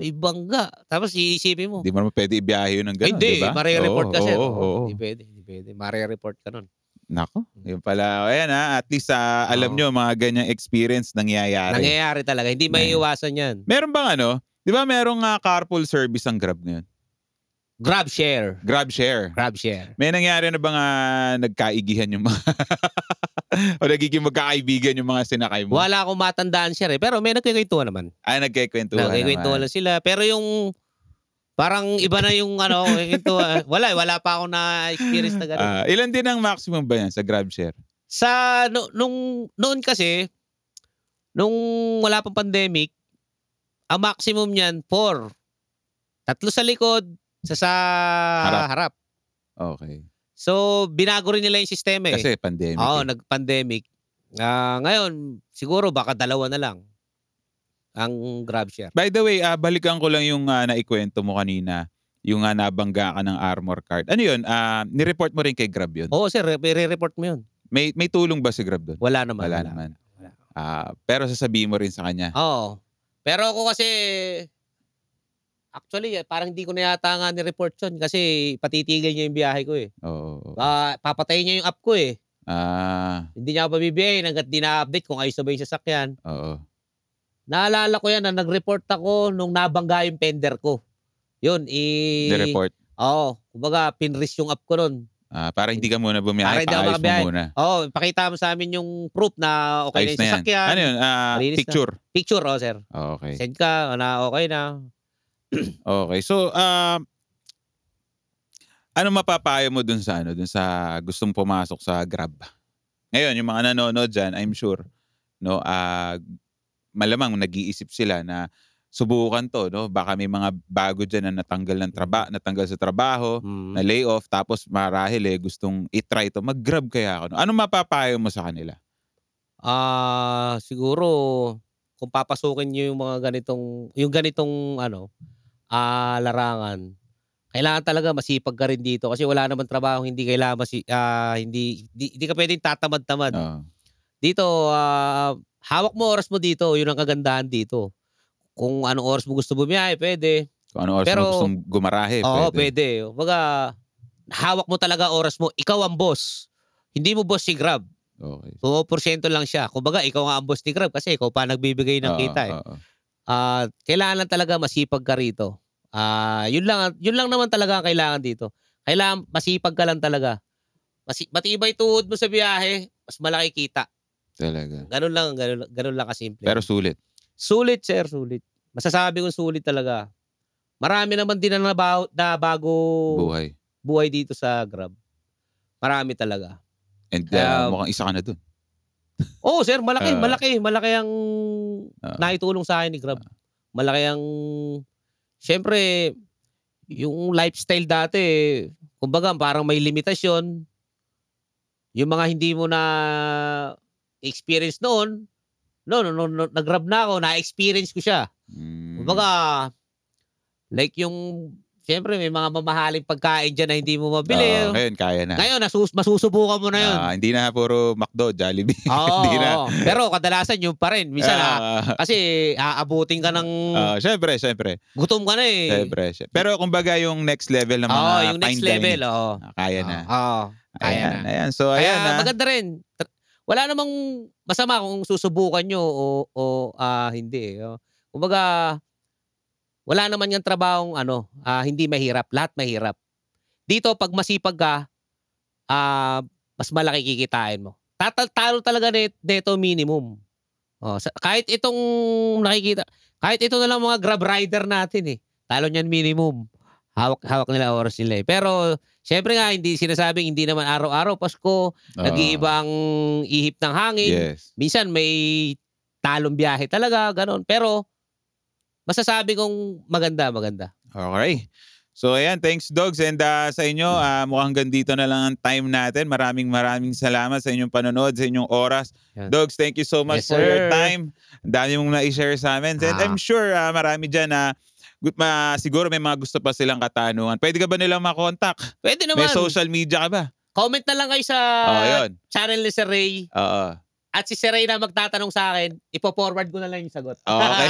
may bangga. Tapos, iisipin mo, Hindi mo naman pwede ibiyahe yun ng Ay, gano'n, Hindi, di ba? mare-report Oo, ka, sir. oo, Oo, oo. Hindi pwede, hindi pwede. Mare-report ka nun. Nako, yun pala. Ayan ha, at least ah, alam Mm. Oo. nyo, mga ganyang experience nangyayari. Nangyayari talaga. Hindi Nangyayari. may iwasan yan. meron bang ano? Di ba merong ah, carpool service ang Grab ngayon? Grab share. Grab share. Grab share. May nangyari na bang ah, nagkaigihan yung mga... o nagiging magkakaibigan yung mga sinakay mo? Wala akong matandaan share eh. Pero may nagkikwentuhan naman. Ah, nagkikwentuhan Nagkikwentuhan naman. lang sila. Pero yung parang iba na yung ano, kikwentuhan. Wala, eh, wala pa ako na experience na ganun. Ah, ilan din ang maximum ba yan sa Grab share? Sa no, nung noon kasi nung wala pang pandemic, ang maximum niyan 4. Tatlo sa likod, sa sa Harap. harap. Okay. So, binago rin nila yung sistema eh. Kasi pandemic. Oo, eh. nag-pandemic. Ah, ngayon, siguro baka dalawa na lang ang grab share. By the way, ah, balikan ko lang yung ah, naikwento mo kanina. Yung ah, nabangga ka ng armor card. Ano yun? Ah, nireport mo rin kay Grab yun? Oo, sir, re-report mo yun. May, may tulong ba si Grab doon? Wala naman. Wala naman. Wala. Ah, pero sasabihin mo rin sa kanya. Oo. Pero ako kasi, actually, eh, parang hindi ko na yata nga ni-report yun kasi patitigil niya yung biyahe ko eh. Oo. Ba, papatayin niya yung app ko eh. Ah, Hindi niya ako pabibiyahin hanggat di na-update kung ayos na ba yung sasakyan. oo. Naalala ko yan na nag-report ako nung nabangga yung fender ko. Yun, i... Nireport. Oo. Kumbaga, pinris yung app ko nun. Ah, para hindi ka muna Para bumiyahe, hindi ako paayos mo makabiyahe. muna. Oo, pakita mo sa amin yung proof na okay na Ayos yung na yan. sasakyan. Ano yun? Ah, Malinis na. picture. Picture, oh, sir. Okay. Send ka, na okay na. Okay. So, um, ano mapapayo mo dun sa ano, dun sa gustong pumasok sa Grab? Ngayon, yung mga nanonood dyan, I'm sure, no, ah, malamang nag-iisip sila na subukan to, no? Baka may mga bago dyan na natanggal ng traba, natanggal sa trabaho, Mm. na layoff, tapos marahil eh, gustong itry to, mag-grab kaya ako. No? Anong mapapayo mo sa kanila? Ah, siguro kung papasukin niyo yung mga ganitong yung ganitong ano ah larangan. Kailangan talaga masipag ka rin dito kasi wala naman trabaho, hindi kailangan masi, ah, hindi, hindi hindi ka pwedeng tatamad-tamad. Oo. Dito ah, hawak mo oras mo dito, yun ang kagandahan dito. Kung anong oras mo gusto bumiyahe, pwede. Kung ano oras Pero- mo gustong gumarahe, Oo, pwede. Kumbaga hawak mo talaga oras mo, ikaw ang boss. Hindi mo boss si Grab. Okay. Pumoporsyento lang siya. Kumbaga, ikaw nga ang boss ni Grab kasi ikaw pa nagbibigay ng Oo, kita eh. oo. Ah, kailangan lang talaga masipag ka rito. Ah, yun lang yun lang naman talaga ang kailangan dito. Kailangan masipag ka lang talaga. Masi- matibay tuhod mo sa biyahe, mas malaki kita. Talaga. Ganun lang, ganun, ganun lang kasimple. Pero sulit. sulit sir, sulit. Masasabi kong sulit talaga. Marami naman din na, nabaw- na bago Buhay. buhay dito sa Grab. Marami talaga. And uh, Um, mukhang isa ka na dun. Oo, sir, malaki, Ah. malaki, malaki ang Ah. naitulong sa akin ni Grab. Malaki ang Siyempre, yung lifestyle dati, kumbaga parang may limitasyon. Yung mga hindi mo na experience noon, no, no, no, no nag-grab na ako, na-experience ko siya. Mm. Kumbaga, like yung, siyempre may mga mamahaling pagkain dyan na hindi mo Oo, mabili. ngayon, kaya na. Ngayon, nasus- masusubukan mo na yun. Ah, hindi na puro McDo, Jollibee. Oo, Hindi na. oo. Pero kadalasan yun pa rin. Minsan, ah, Ah, kasi aabutin ka ng ah, syempre, syempre. gutom ka na Mm. eh. Syempre, syempre. Pero kumbaga yung next level ng Oo, mga yung fine next dining. level. Oo. Ah, Kaya na. Oo. kaya ayan, na. ayan. ah. So, Kaya ayan na. maganda rin. Tr- Wala namang masama kung susubukan nyo o, o ah, hindi. Eh. Oh. Kumbaga, wala naman yung trabahong ano, ah, hindi mahirap. Lahat mahirap. Dito, pag masipag ka, ah, mas malaki kikitain mo. Tatal talo talaga net, neto minimum. Oh, sa- kahit itong nakikita, kahit ito na lang mga grab rider natin eh. Talo niyan minimum. Hawak hawak nila oras nila eh. Pero syempre nga hindi sinasabing hindi naman araw-araw Oo. Pasko, nag-iibang ihip ng hangin. Yes. Minsan may talong biyahe talaga, ganon. Pero masasabi kong maganda, maganda. Okay. So ayan, thanks dogs and ah, sa inyo, ah, mukhang gandito na lang ang time natin. Maraming maraming salamat sa inyong panonood, sa inyong oras. Yan. Dogs, thank you so much Yes, for your sir. time. Ang dami mong na-share sa amin. And Ah. I'm sure ah, marami dyan na siguro may mga gusto pa silang katanungan. Pwede ka ba nilang makontak? Pwede May naman. social media ka ba? Comment na lang kayo sa Oo, yun. channel ni Sir Ray. Oo. At si Sir Ray na magtatanong sa akin, ipo-forward ko na lang yung sagot. Oh, Okay.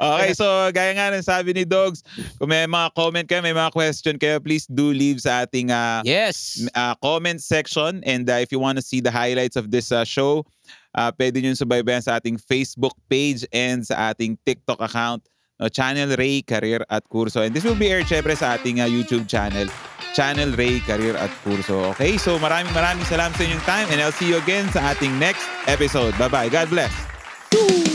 okay, so gaya nga ng sabi ni Dogs, kung may mga comment kayo, may mga question kayo, please do leave sa ating ah, yes. uh, comment section. And uh, if you want to see the highlights of this uh, show, uh, pwede nyo subaybayan sa ating Facebook page and sa ating TikTok account, no, Channel Ray Career at Kurso. And this will be aired syempre sa ating uh, YouTube channel, Channel Ray Career at Kurso. Okay, so maraming maraming salamat sa inyong time and I'll see you again sa ating next episode. Bye-bye. God bless. Woo!